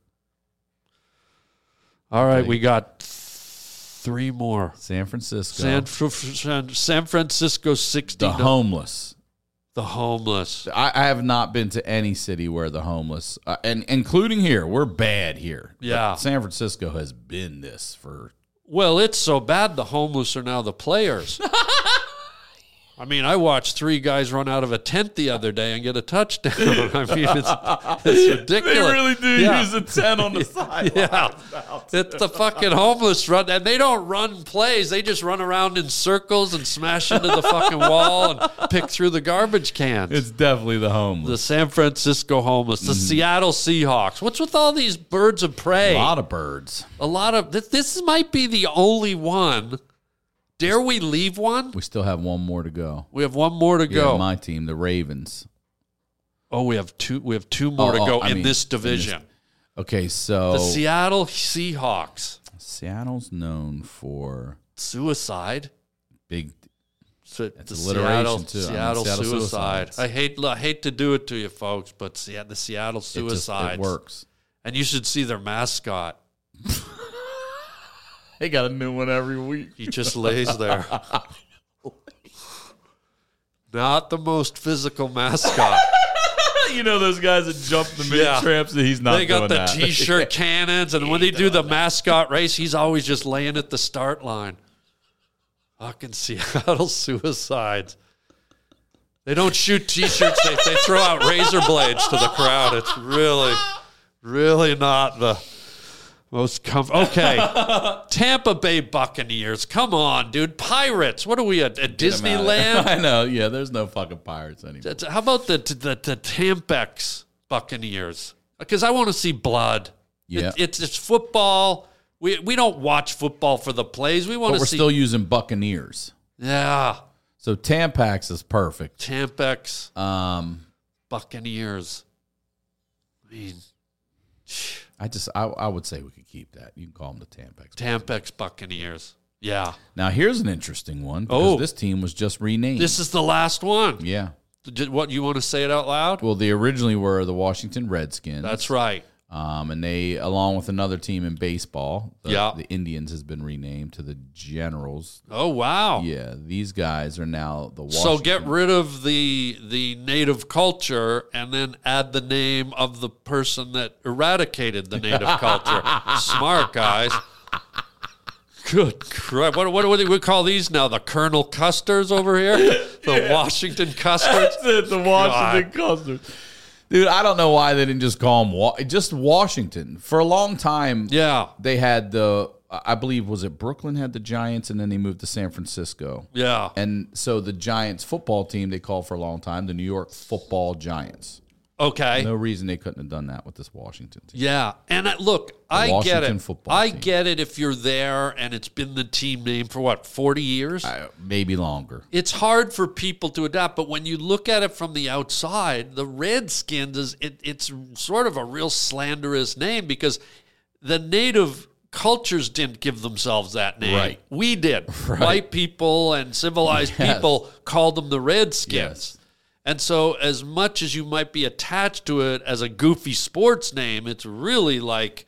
D: All right, we got th- three more.
E: San Francisco,
D: San, Fr- Fr- San, San Francisco 60.
E: the
D: no-
E: homeless.
D: the homeless.
E: I, I have not been to any city where the homeless, uh, and including here, we're bad here. But
D: Yeah.
E: San Francisco has been this for.
D: Well, it's so bad the homeless are now the players. <laughs> I mean, I watched three guys run out of a tent the other day and get a touchdown. <laughs> I mean, it's, it's ridiculous. Yeah.
E: a ten on <laughs> the side.
D: Yeah, it's the fucking homeless run, and they don't run plays. They just run around in circles and smash into the fucking wall and pick through the garbage cans.
E: It's Mm-hmm. definitely the
D: the
E: homeless.
D: San Francisco homeless, the Seattle Seahawks. What's with all these birds of prey?
E: A lot of birds.
D: A lot of this, this might be the only one. Dare we leave one?
E: We still have one more to go.
D: We have one more to
E: Yeah,
D: go.
E: my team, the Ravens.
D: oh, we have two. We have two more
E: Oh,
D: to
E: oh,
D: go
E: I
D: in
E: mean,
D: this
E: in this-
D: division.
E: Okay, so
D: the Seattle Seahawks
E: Seattle's known for
D: suicide.
E: big.
D: So
E: That's alliteration, too. I mean,
D: Seattle,
E: Seattle
D: suicide.
E: suicides.
D: I hate I hate to do it to you folks, but Se- the Seattle
E: it just-
D: suicides.
E: It works.
D: And you should see their mascot.
E: They got a new one every week. <laughs>
D: He just lays there. Not the most physical mascot.
E: You know those guys that jump the mid
D: Yeah.
E: traps. He's not.
D: they got the
E: <laughs>
D: t-shirt cannons, and when they do the mascot race, he's always just laying at the start line. Fucking Seattle <laughs> suicides. They don't shoot t-shirts; they, they throw out razor blades to the crowd. It's really, really not the most comfortable. Okay, Tampa Bay Buccaneers. Come on, dude. Pirates. What are we at, at Disneyland?
E: <laughs> I know. Yeah, there's no fucking pirates anymore.
D: That's- How about the the, the Tampex Buccaneers? Because I want to see blood.
E: Yeah.
D: It- it's it's football. We we don't watch football for the plays. We want
E: but
D: to
E: we're
D: see.
E: still using Buccaneers.
D: yeah,
E: So Tampax is perfect.
D: Tampex
E: Um,
D: Buccaneers. I mean,
E: I just I, I would say we could keep that. You can call them the Tampax.
D: Tampex Buccaneers. Yeah,
E: now here's an interesting one because
D: Oh.
E: this team was just renamed.
D: this is the last one.
E: yeah.
D: Did- What you want to say it out loud?
E: Well, they originally were the Washington Redskins.
D: That's right.
E: Um, and they, along with another team in baseball, the,
D: Yeah.
E: the Indians has been renamed to the Generals.
D: Oh wow.
E: Yeah, these guys are now the Washington.
D: So get rid of the the native culture and then add the name of the person that eradicated the native
E: <laughs>
D: culture. Smart guys. Good crap. What, what, what do we call these now? The Colonel Custers over
E: <laughs>
D: here? The Washington Custers?
E: the Washington Custard. Dude, I don't know why they didn't just call them Wa- just Washington. For a long time,
D: Yeah.
E: they had the I believe was it Brooklyn had the Giants, and then they moved to San Francisco.
D: Yeah.
E: And so the Giants football team they called for a long time the New York Football Giants.
D: Okay.
E: No reason they couldn't have done that with this Washington team.
D: Yeah, and I, look, I get
E: Washington
D: it.
E: football
D: I
E: team.
D: get it if you're there and it's been the team name for what forty years.
E: Uh, maybe longer.
D: it's hard for people to adapt, but when you look at it from the outside, the Redskins is it, it's sort of a real slanderous name because the native cultures didn't give themselves that name.
E: <laughs> Right.
D: We did. White people and civilized
E: Yes.
D: people called them the Redskins.
E: Yes.
D: And so, as much as you might be attached to it as a goofy sports name, it's really like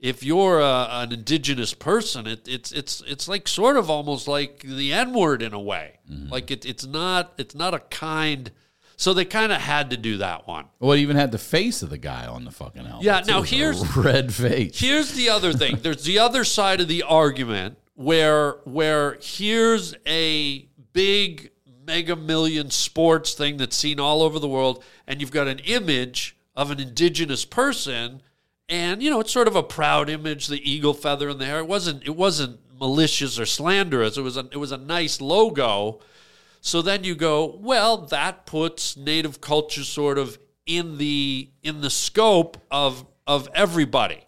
D: if you're a, an indigenous person, it, it's it's it's like sort of almost like the N word in a way. Like it, it's not it's not a kind. So they kind of had to do that one.
E: Well, it even had the face of the guy on the fucking helmet.
D: Yeah,
E: It
D: now
E: was a
D: here's-
E: <laughs> red face.
D: Here's the other thing. There's the other side of the argument where where here's a big mega million sports thing that's seen all over the world and you've got an image of an indigenous person and you know it's sort of a proud image the eagle feather in the hair it wasn't it wasn't malicious or slanderous it was a, it was a nice logo so then you go, well, that puts native culture sort of in the in the scope of of everybody.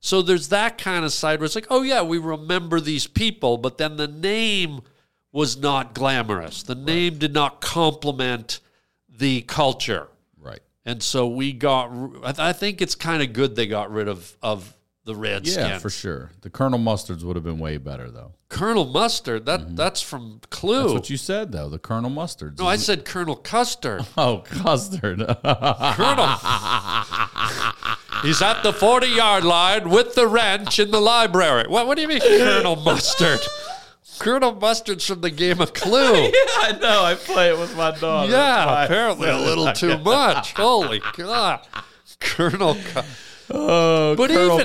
D: So there's that kind of side where it's like, oh yeah, we remember these people, but then the name was not glamorous. The name did not complement the culture.
E: Right.
D: And so we got I, th- I think it's kind of good they got rid of of the red
E: Yeah,
D: skin.
E: for sure. The Colonel Mustards would have been way better though.
D: Colonel Mustard, that that's from Clue.
E: Mm-hmm. That's what you Mm-hmm. said though. The Colonel Mustards.
D: no, I said Colonel Custard.
E: <laughs> oh, custard. <laughs>
D: Colonel. He's at the 40 yard line with the wrench in the library. What, what do you mean, Colonel Mustard? Colonel Mustard's from the game of Clue.
E: I know. I play it with my dog.
D: yeah, apparently a little too much. Holy God. Colonel. Cu-
E: Oh,
D: but
E: Colonel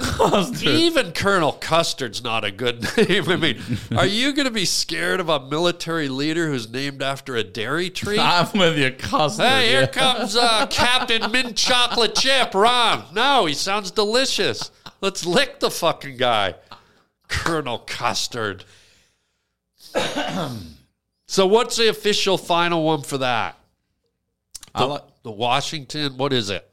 D: even, even Colonel Custard's not a good <laughs> name. I mean, are you going to be scared of a military leader who's named after a dairy treat?
E: I'm with you, custard.
D: Hey, here
E: yeah.
D: comes uh,
E: <laughs>
D: Captain Mint Chocolate Chip, Ron. No, he sounds delicious. Let's lick the fucking guy, Colonel Custard. <clears throat> so, what's the official final one for that?
E: I like-
D: The Washington, what is it?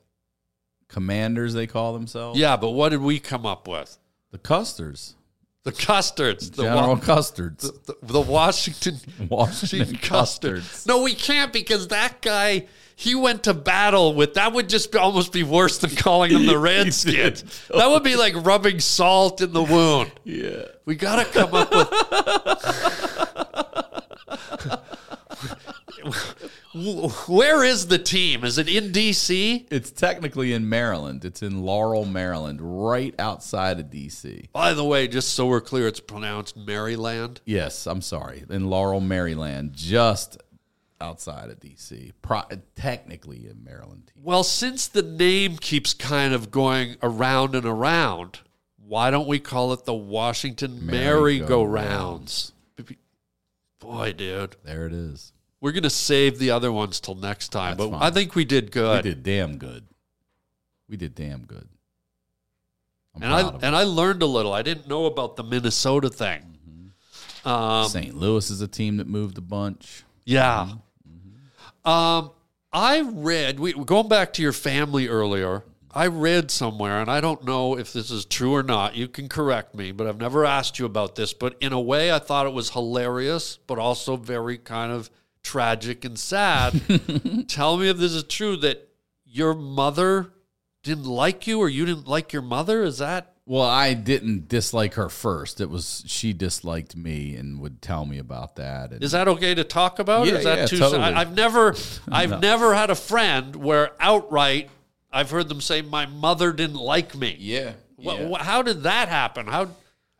E: commanders. They call themselves.
D: Yeah, but what did we come up with?
E: the custards.
D: The Custards, the,
E: General
D: Wa-
E: custards.
D: the, the Washington
E: <laughs> Washington
D: Custard.
E: custards.
D: No, we can't because that guy he went to battle with that would just be, almost be worse than calling
E: <laughs>
D: them the Redskins. that would be like rubbing salt in the wound.
E: Yeah.
D: We gotta come up with. <laughs> Where is the team? Is it in DC?
E: It's technically in Maryland. It's in Laurel, Maryland, right outside of D.C.
D: By the way, just so we're clear, it's pronounced Maryland.
E: Yes, I'm sorry. In Laurel, Maryland, just outside of D.C. Pro- technically in Maryland.
D: Well, since the name keeps kind of going around and around, why don't we call it the Washington merry-go-rounds? Boy, dude,
E: There it is.
D: we're gonna save the other ones till next time.
E: That's
D: but
E: fine.
D: I think we did good,
E: We did damn good. We did damn good. I'm
D: and
E: proud
D: I
E: of
D: and I learned a little. I didn't know about the Minnesota thing. Um,
E: St. Louis is a team that moved a bunch.
D: Yeah. Um, I read, we, going back to your family earlier, I read somewhere, and I don't know if this is true or not. You can correct me, but I've never asked you about this. But in a way, I thought it was hilarious, but also very kind of tragic and sad. Tell me if this is true that your mother didn't like you or you didn't like your mother. Is that
E: Well, I didn't dislike her first. It was she disliked me and would tell me about that. And
D: Is that okay to talk about?
E: Yeah,
D: is that
E: yeah,
D: too?
E: totally.
D: I, have never, I've never had a friend where outright I've heard them say my mother didn't like me.
E: yeah,
D: Wha-
E: yeah.
D: wha- how did that happen? How?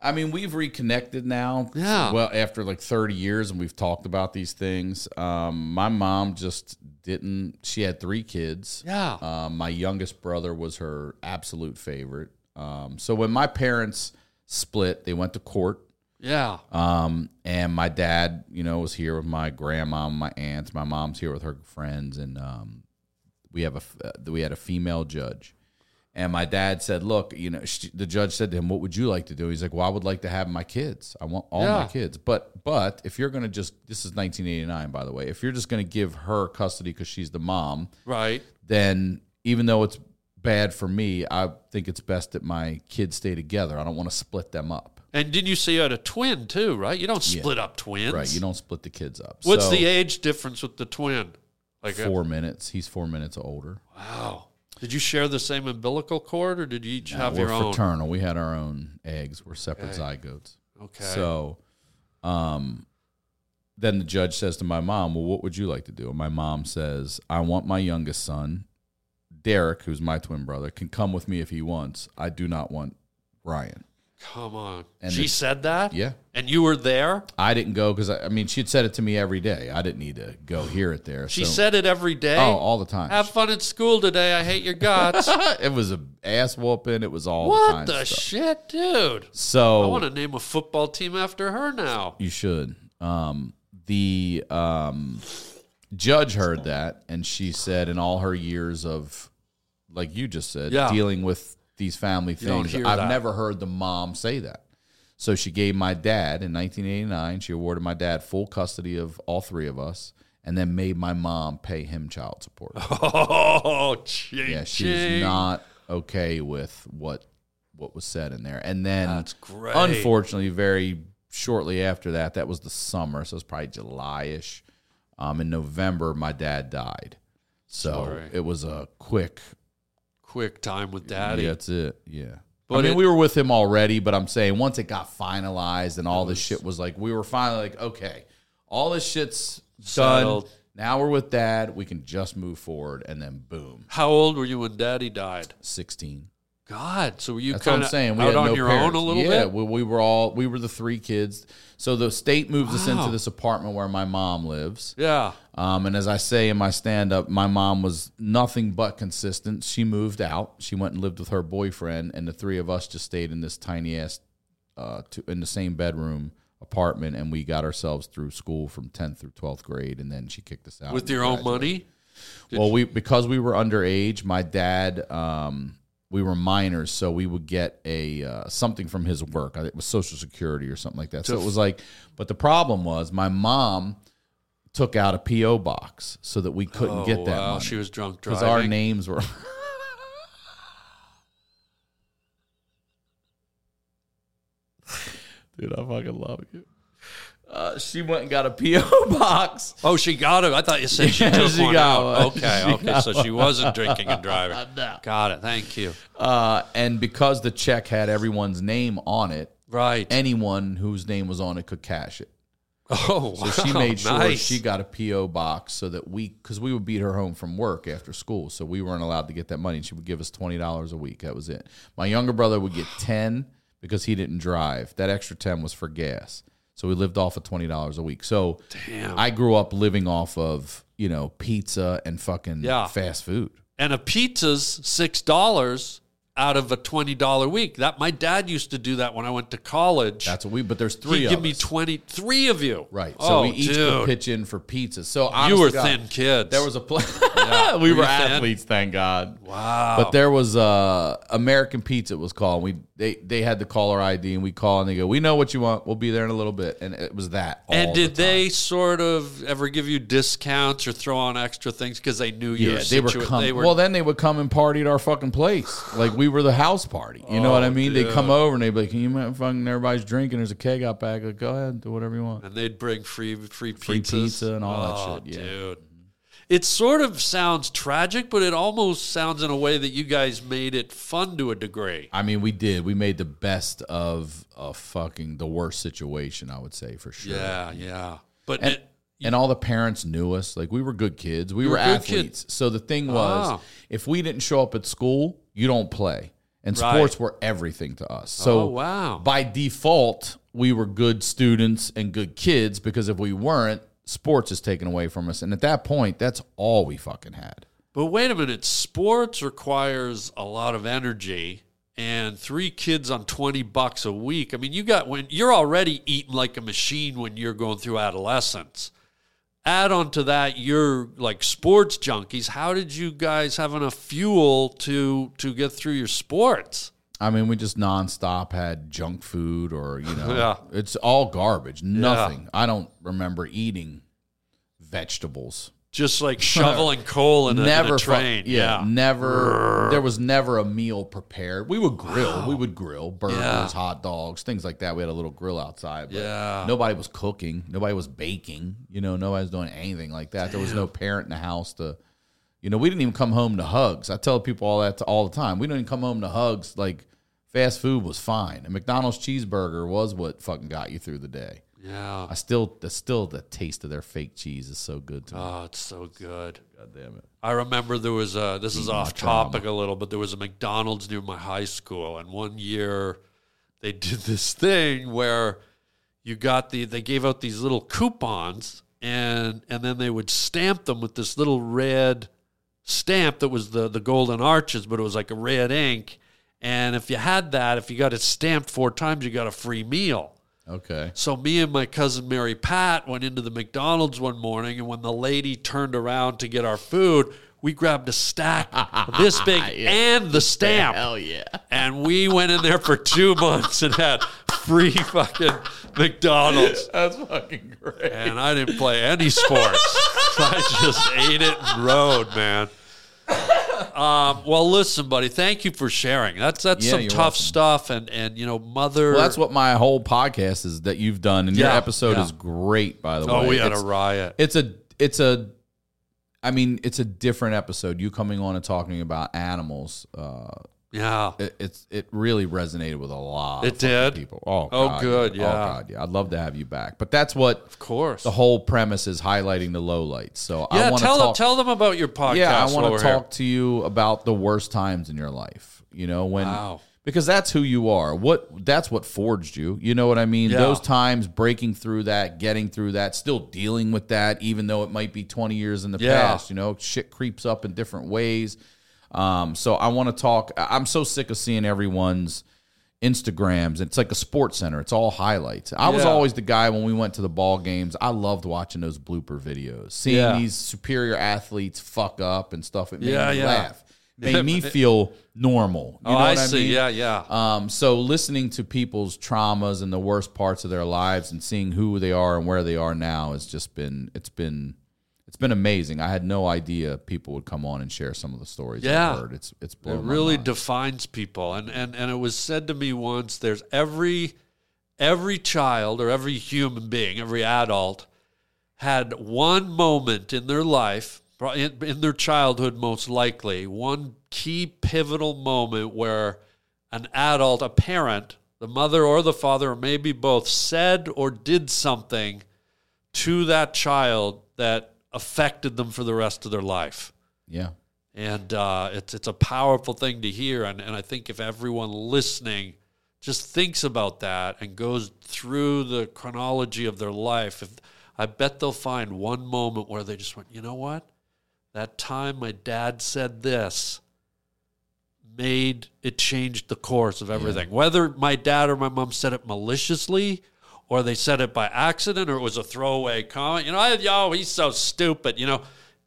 E: I mean, we've reconnected now.
D: Yeah.
E: Well, after like 30 years, and we've talked about these things. Um, my mom just didn't. She had three kids.
D: Yeah.
E: Um, my youngest brother was her absolute favorite. Um, so when my parents split, they went to court.
D: Yeah.
E: Um, and my dad, you know, was here with my grandma, and my aunts, my mom's here with her friends, and um, we have a f- uh, we had a female judge. And my dad said, "Look, you know," sh the judge said to him, "What would you like to do?" He's like, "Well, I would like to have my kids. I want all
D: Yeah.
E: my kids." But but if you're gonna just this is 1989, by the way, if you're just gonna give her custody because she's the mom,
D: right.
E: then even though it's bad for me, I think it's best that my kids stay together. I don't want to split them up.
D: And didn't you say you had a twin too, right? You don't split up twins.
E: Right? You don't split the kids up.
D: What's
E: So,
D: the age difference with the twin? Like a-
E: Four minutes. He's four minutes older.
D: wow. Did you share the same umbilical cord or did you each have
E: We're
D: your own?
E: fraternal. We had our own eggs. We're separate zygotes.
D: Okay.
E: So, um, then the judge says to my mom, "Well, what would you like to do?" And my mom says, "I want my youngest son, Derek, who's my twin brother, can come with me if he wants. I do not want Ryan."
D: Come on.
E: And
D: she
E: it-
D: said that?
E: Yeah.
D: And you were there?
E: I didn't go because I, I mean she'd said it to me every day. I didn't need to go hear it there.
D: She
E: So-
D: said it every day.
E: "Oh, all the time."
D: Have fun at school today. I hate your
E: <laughs>
D: guts.
E: it was a ass whooping. It was all
D: what
E: the,
D: the
E: time stuff.
D: shit, dude?
E: so
D: I want to name a football team after her
E: <laughs>
D: now.
E: You should. Um, the um, judge heard that, and she said, in all her years of, like you just said,
D: Yeah.
E: dealing with these family
D: You don't
E: things,
D: hear
E: I've
D: that.
E: never heard the mom say that. So she gave my dad in 1989. She awarded my dad full custody of all three of us, and then made my mom pay him child support.
D: Oh, ching,
E: yeah, she was not okay with what what was said in there. And then
D: That's great.
E: Unfortunately, very shortly after that, that was the summer, so it's probably July ish. Um, in November, my dad died, so
D: Sorry.
E: it was a quick.
D: Quick time with daddy.
E: Yeah, that's it. Yeah.
D: But
E: I mean,
D: it-
E: we were with him already, but I'm saying once it got finalized and all this shit was like, we were finally like, okay, all this shit's
D: Settled.
E: done. Now we're with dad. We can just move forward, and then boom,
D: How old were you when daddy died?
E: 16.
D: God, so were you
E: That's what
D: kind
E: I'm
D: of
E: saying. We
D: out
E: had
D: on
E: no
D: your own
E: parents.
D: a little
E: yeah,
D: bit?
E: we, we were all we were the three kids. So the state moves us
D: Wow.
E: into this apartment where my mom lives.
D: Yeah.
E: Um, and as I say in my stand up, my mom was nothing but consistent. She moved out. She went and lived with her boyfriend, and the three of us just stayed in this tiny ass, uh, two in the same bedroom apartment, and we got ourselves through school from tenth through twelfth grade, and then she kicked us out
D: With
E: and
D: your own
E: graduated.
D: money?
E: Well, we because we were underage, my dad, um, we were minors, so we would get a uh, something from his work. I think It was Social Security or something like that. So it was like, but the problem was my mom took out a PO box so that we couldn't
D: Oh,
E: get that
D: wow.
E: money
D: She was drunk
E: because
D: driving.
E: our names were. <laughs> Dude, I fucking love you. Uh, she went and got a PO <laughs> box
D: Oh, she got it. I thought you said
E: <laughs>
D: she
E: Yeah,
D: took
E: she
D: one
E: got
D: out.
E: one.
D: Okay,
E: <laughs> She
D: okay. So she wasn't drinking and
E: <laughs>
D: driving. Got it. Thank you.
E: Uh, and because the check had everyone's name on it,
D: Right.
E: anyone whose name was on it could cash it.
D: <laughs> <laughs> oh,
E: So she
D: wow,
E: made sure
D: nice.
E: she got a PO box so that we, because we would beat her home from work after school, so we weren't allowed to get that money. She would give us twenty dollars a week. That was it. My younger brother would get ten because he didn't drive. That extra ten was for gas. So we lived off of twenty dollars a week. So I grew up living off of you know pizza and fucking
D: Yeah.
E: fast food.
D: and a pizza's six dollars out of a twenty dollar week. That my dad used to do that when I went to college.
E: That's what we. But there's
D: He'd
E: three. of
D: give me
E: us.
D: twenty three of you.
E: Right. So
D: Oh,
E: we each
D: dude.
E: could pitch in for pizza. So
D: you
E: honest
D: were
E: to God,
D: thin kids.
E: There was a play.
D: Were
E: <laughs> we
D: you
E: were
D: thin?
E: athletes, thank God.
D: wow.
E: But there was uh, American Pizza was called. We they they had the caller ID and we call and they go, we know what you want. We'll be there in a little bit. And it was that. all
D: and
E: the
D: did
E: time.
D: they sort of ever give you discounts or throw on extra things because they knew you
E: Yeah,
D: were
E: they were
D: situa-
E: coming.
D: they were
E: Well, then they would come and party at our fucking place. Like we were the house party. You
D: Oh,
E: know what I mean? They come over and they'd be like, "Can you mind fucking everybody's drinking? There's a keg out back. Like, go ahead, do whatever you want."
D: and they'd bring free free pizzas.
E: Free pizza and all that
D: Oh,
E: shit, yeah.
D: dude. It sort of sounds tragic, but it almost sounds in a way that you guys made it fun to a degree.
E: I mean, we did. We made the best of a fucking the worst situation, I would say for sure.
D: Yeah, yeah. But
E: And,
D: it-
E: and all the parents knew us. Like we were good kids. We were
D: were good kid-
E: athletes. So the thing was,
D: Ah.
E: if we didn't show up at school, you don't play. And
D: Right.
E: sports were everything to us. So
D: Oh, wow.
E: by default, we were good students and good kids because if we weren't, sports is taken away from us. And at that point, that's all we fucking had.
D: but wait a minute, sports requires a lot of energy and three kids on 20 bucks a week. I mean, you got when you're already eating like a machine when you're going through adolescence. Add on to that, you're like sports junkies. How did you guys have enough fuel to to get through your sports?
E: I mean, we just nonstop had junk food or, you know,
D: Yeah.
E: it's all garbage. Nothing. I don't remember eating vegetables.
D: just
E: <laughs>
D: like shoveling coal in a, in a
E: never fu-
D: train. yeah.
E: never. There was never a meal prepared. We would grill. We would grill burgers,
D: Yeah.
E: hot dogs, things like that. We had a little grill outside. But
D: Yeah.
E: nobody was cooking. Nobody was baking. You know, nobody was doing anything like that. There was no parent in the house to. You know, we didn't even come home to hugs. I tell people all that all the time. We didn't even come home to hugs. Like fast food was fine, and McDonald's cheeseburger was what fucking got you through the day.
D: yeah.
E: I still, the still the taste of their fake cheese is so good to me.
D: Oh, it's so good.
E: God damn it.
D: I remember there was a, this is off topic a little, but there was a McDonald's near my high school. And one year they <laughs> did this thing where you got the, they gave out these little coupons and, and then they would stamp them with this little red stamp that was the, the golden arches, but it was like a red ink. And if you had that, if you got it stamped four times, you got a free meal.
E: Okay.
D: So me and my cousin Mary Pat went into the McDonald's one morning, and when the lady turned around to get our food, we grabbed a stack
E: <laughs>
D: this big and the stamp. Hell yeah! And we went in there for two <laughs> months and had free fucking McDonald's.
E: That's fucking great.
D: And I didn't play any sports. <laughs> I just ate it and rode, man. Um, well, listen, buddy. Thank you for sharing. That's that's
E: Yeah,
D: some
E: you're
D: tough
E: welcome.
D: stuff, and and you know, mother.
E: Well, that's what my whole podcast is that you've done, and your
D: Yeah,
E: episode
D: yeah.
E: is great. By the way,
D: Oh, we had a
E: it's,
D: riot.
E: it's a it's a, I mean, it's a different episode. You coming on and talking about animals, uh,
D: Yeah.
E: it, it's it really resonated with a lot.
D: It
E: of fucking
D: did?
E: people. Oh,
D: Oh,
E: God,
D: good, yeah.
E: Oh, God, yeah. I'd love to have you back, but that's what
D: Of course.
E: the whole premise is highlighting the lowlights. So
D: yeah,
E: I want to
D: tell
E: talk,
D: them tell them about your podcast.
E: yeah, I
D: while
E: want
D: we're
E: to
D: here.
E: talk to you about the worst times in your life. You know when
D: Wow.
E: because that's who you are. What that's what forged you. You know what I mean?
D: Yeah.
E: Those times breaking through that, getting through that, still dealing with that, even though it might be twenty years in the
D: Yeah.
E: past. You know, shit creeps up in different ways. Um, so I want to talk. I- I'm so sick of seeing everyone's Instagrams. It's like a sports center. It's all highlights. I was
D: Yeah.
E: always the guy when we went to the ball games. I loved watching those blooper videos, seeing
D: Yeah.
E: these superior athletes fuck up and stuff. It made
D: Yeah,
E: me
D: yeah. <laughs>
E: laugh. Made me feel normal. You
D: oh,
E: know
D: I
E: what I
D: see.
E: mean?
D: Yeah, yeah.
E: Um, so listening to people's traumas and the worst parts of their lives and seeing who they are and where they are now has just been it's been it's been amazing. I had no idea people would come on and share some of the stories
D: Yeah.
E: I've heard. It's it's
D: it
E: blown my
D: really
E: mind.
D: defines people. And and and it was said to me once. There's every every child or every human being, every adult had one moment in their life, pro- in, in their childhood, most likely, one key pivotal moment where an adult, a parent, the mother or the father, or maybe both, said or did something to that child that affected them for the rest of their life.
E: yeah.
D: And uh, it's it's a powerful thing to hear, and, and I think if everyone listening just thinks about that and goes through the chronology of their life, if, I bet they'll find one moment where they just went, you know what, that time my dad said this made it changed the course of everything. Whether my dad or my mom said it maliciously, or they said it by accident, or it was a throwaway comment. You know, I, oh, he's so stupid. You know,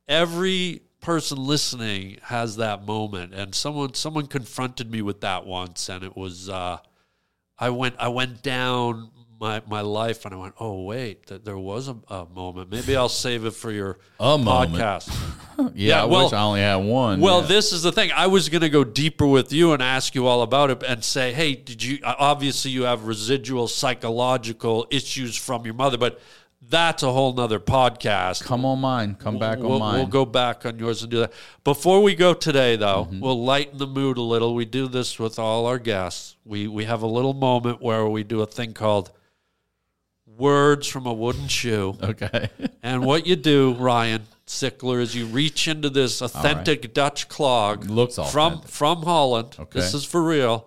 D: every person listening has that moment, and someone someone confronted me with that once, and it was uh, I went I went down my my life, and I went, oh wait, th- there was a, a moment. Maybe I'll save it for your
E: A moment.
D: podcast.
E: Yeah,
D: Yeah,
E: I
D: well-
E: wish I only had one.
D: Well,
E: Yeah.
D: this is the thing. I was going to go deeper with you and ask you all about it and say, hey, did you uh, obviously you have residual psychological issues from your mother, but that's a whole nother podcast.
E: come on mine. Come back
D: we'll,
E: on mine.
D: we'll go back on yours and do that. Before we go today, though,
E: Mm-hmm.
D: we'll lighten the mood a little. We do this with all our guests. We we have a little moment where we do a thing called words from a wooden shoe.
E: <laughs> Okay.
D: And what you do, Ryan Sickler, is you reach into this authentic Dutch clog
E: Looks
D: from
E: authentic.
D: from Holland. This
E: Okay.
D: is for real.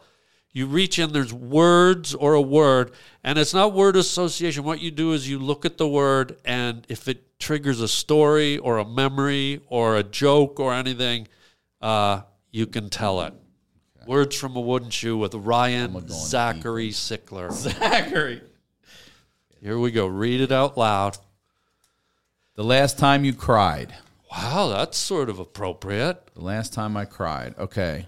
D: You reach in, there's words or a word, and it's not word association. What you do is you look at the word, and if it triggers a story or a memory or a joke or anything, uh, you can tell it. Words from a wooden shoe with Ryan Zachary Sickler.
E: <laughs> Zachary.
D: Here we go. Read it out loud.
E: The last time you cried.
D: Wow, Oh, that's sort of appropriate.
E: The last time I cried. Okay.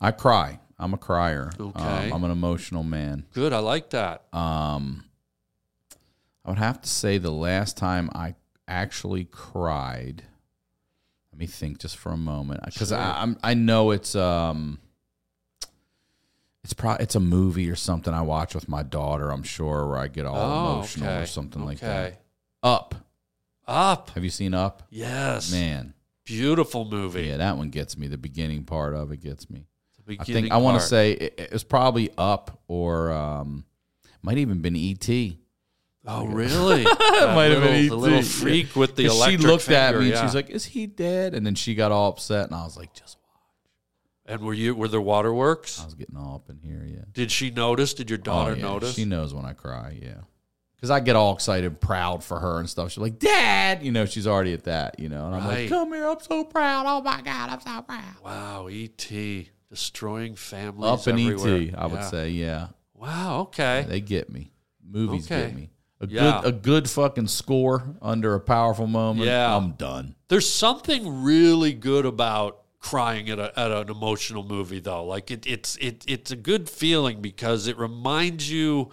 E: I cry. I'm a crier. Um,
D: Okay.
E: I'm an emotional man. Um,
D: Good, I
E: Oh,
D: like that.
E: I would have to say the last time I actually cried. Let me think just for a moment because I'm I know it's um it's pro it's a movie or something I watch with my daughter. I'm sure where I get all
D: Oh,
E: emotional
D: okay,
E: or something like
D: okay.
E: that. Up.
D: Up.
E: Have you seen Up?
D: Yes.
E: Man,
D: Beautiful movie.
E: yeah, that one gets me. The beginning part of it gets me.
D: The
E: I think
D: beginning
E: I want to
D: part.
E: say it, it was probably Up or um, might even been E E.T.
D: Oh, really? that
E: <laughs> might have been
D: little- the
E: E.T.,
D: little
E: yeah.
D: freak with the
E: 'Cause
D: electric.
E: she looked at me
D: finger,
E: and
D: yeah.
E: she's like, "Is he dead?" And then she got all upset, and I was like, "Just."
D: "And were you? Were there waterworks?
E: I was getting all up in here, yeah.
D: Did she notice? Did your daughter
E: Uh, Oh, yeah.
D: notice?
E: She knows when I cry, yeah. Because I get all excited, proud for her and stuff. She's like, "Dad," you know. She's already at that, you know. And I'm
D: Right.
E: like, "Come here, I'm so proud. Oh my god, I'm so proud."
D: wow, E.T. destroying families
E: Up in
D: everywhere.
E: E.T., I would
D: Yeah.
E: say, yeah.
D: Wow. Okay.
E: They get me. Movies
D: Okay.
E: get me. A
D: Yeah.
E: good a good fucking score under a powerful moment.
D: Yeah.
E: I'm done.
D: There's something really good about crying at, a, at an emotional movie, though. Like it, it's it, it's a good feeling because it reminds you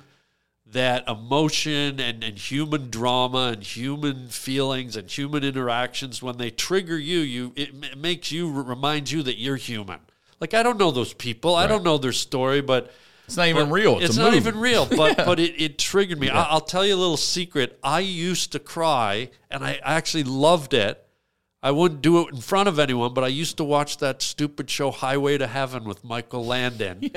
D: that emotion and, and human drama and human feelings and human interactions when they trigger you, you it, m- it makes you reminds you that you're human. Like I don't know those people, I don't know their story, but
E: It's not even real. It's,
D: it's
E: a
D: not
E: movie.
D: even
E: <laughs>
D: real, but but it, it triggered me. I, I'll tell you a little secret. I used to cry, and I actually loved it. I wouldn't do it in front of anyone, but I used to watch that stupid show Highway to Heaven with Michael
E: <laughs>
D: Landon.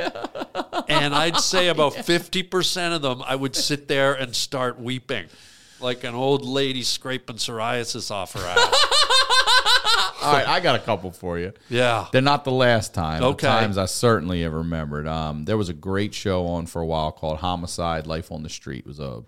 D: And I'd say about fifty percent of them, I would sit there and start weeping, like an old lady scraping psoriasis off her
E: <laughs>
D: ass.
E: All right, I got a couple for you.
D: yeah.
E: They're not the last time.
D: Okay.
E: The times I certainly have remembered. Um, there was a great show on for a while called Homicide: Life on the Street. It was a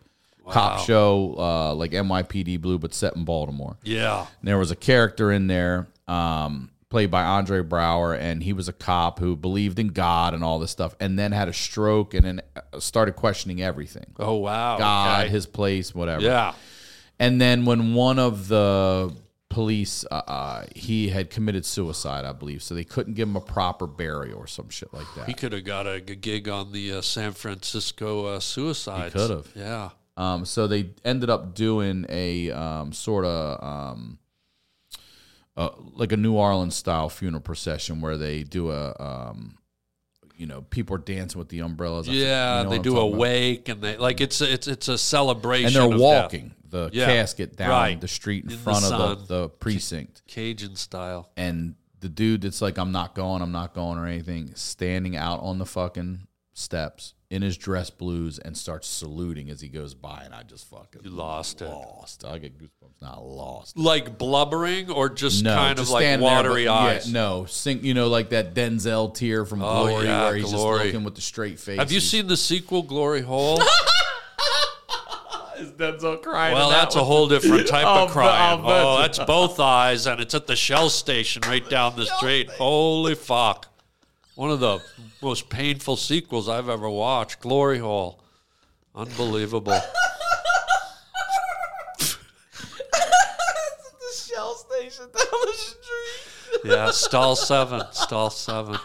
E: cop show, uh, like NYPD Blue, but set in Baltimore.
D: Yeah.
E: And there was a character in there um, played by Andre Brower, and he was a cop who believed in God and all this stuff, and then had a stroke and then uh, started questioning everything.
D: Oh wow.
E: God,
D: Okay.
E: his place, whatever.
D: Yeah.
E: And then when one of the police, uh, uh, he had committed suicide, I believe, so they couldn't give him a proper burial or some shit like
D: He
E: that.
D: could have got a g- gig on the uh, San Francisco uh, suicides.
E: could've.
D: Yeah.
E: Um, so they ended up doing a um, sort of um, uh, like a New Orleans style funeral procession where they do a, um, you know, people are dancing with the umbrellas. I think- you
D: Yeah,
E: know
D: they
E: what I'm
D: do a
E: talking about.
D: wake and they like it's a, it's it's a celebration.
E: and they're
D: of death.
E: walking the
D: Yeah,
E: casket down
D: right.
E: the street in,
D: In the
E: front
D: sun.
E: of the, the precinct.
D: Cajun style.
E: and the dude that's like, I'm not going, I'm not going, or anything, standing out on the fucking steps in his dress blues and starts saluting as he goes by, and I just fucking
D: You lost it.
E: lost. I get goosebumps. Not lost.
D: Like blubbering or just
E: No,
D: kind of
E: just
D: like
E: standing there, but
D: watery
E: yeah,
D: eyes.
E: no, sing. You know, like that Denzel tear from
D: Oh,
E: Glory,
D: yeah,
E: where he's
D: Glory.
E: just looking with the straight face.
D: Have you
E: He's-
D: seen the sequel Glory Hole?
E: <laughs> Denzel crying?
D: well,
E: in that
D: that's a
E: one?
D: whole different type
E: I'll
D: of
E: bet-
D: crying.
E: I'll bet.
D: oh, that's both eyes and it's at the Shell station right down the street. Holy fuck. One of the most painful sequels I've ever watched, Glory Hole. Unbelievable.
E: <laughs>
F: Shell station down the street.
D: Yeah, stall seven, stall seven.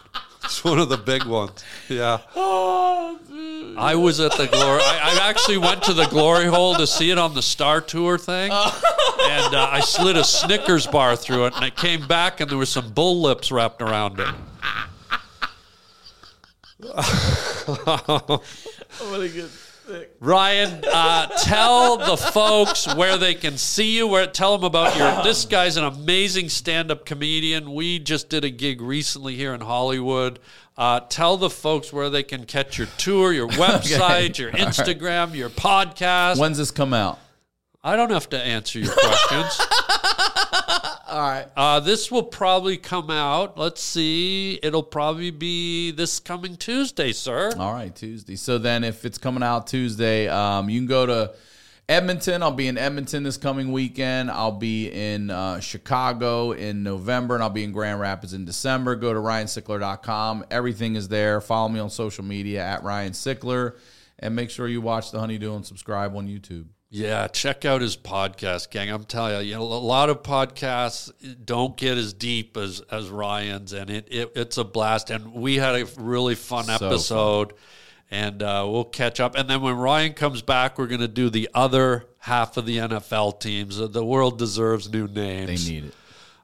D: It's one of the big ones. Yeah. I was at the glory. I, I actually went to the glory hole to see it on the Star Tour thing, and uh, I slid a Snickers bar through it, and I came back, and there were some bull lips wrapped around it. Ryan, uh, tell the folks where they can see you. Where tell them about your. This guy's an amazing stand-up comedian. We just did a gig recently here in Hollywood. Uh, tell the folks where they can catch your tour, your website, your Instagram, your podcast.
E: When's this come out?
D: I don't have to answer your questions. <laughs> All right. Uh, this will probably come out. Let's see. It'll probably be this coming Tuesday, sir.
E: All right, Tuesday. So then, if it's coming out Tuesday, um, you can go to Edmonton. I'll be in Edmonton this coming weekend. I'll be in uh, Chicago in November, and I'll be in Grand Rapids in December. Go to ryansickler.com. Everything is there. Follow me on social media at Ryan Sickler, and make sure you watch The Honeydew and subscribe on YouTube.
D: Yeah, check out his podcast, gang. I'm telling you, you know, a lot of podcasts don't get as deep as as Ryan's, and it, it it's a blast. And we had a really fun
E: So
D: episode, and uh, we'll catch up. And then when Ryan comes back, we're going to do the other half of the NFL teams. The world deserves new
E: They
D: names.
E: need it.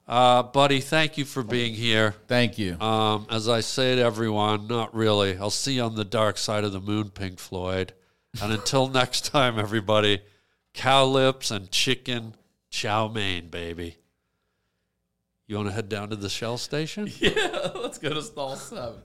D: Uh, buddy, thank you for being here.
G: <laughs>
E: Thank you.
D: Um, as I say to everyone, not really. I'll see you on the dark side of the moon, Pink Floyd. And until <laughs> next time, everybody, cow lips and chicken chow mein, baby. You want to head down to the Shell Station?
G: Yeah, let's go to stall seven.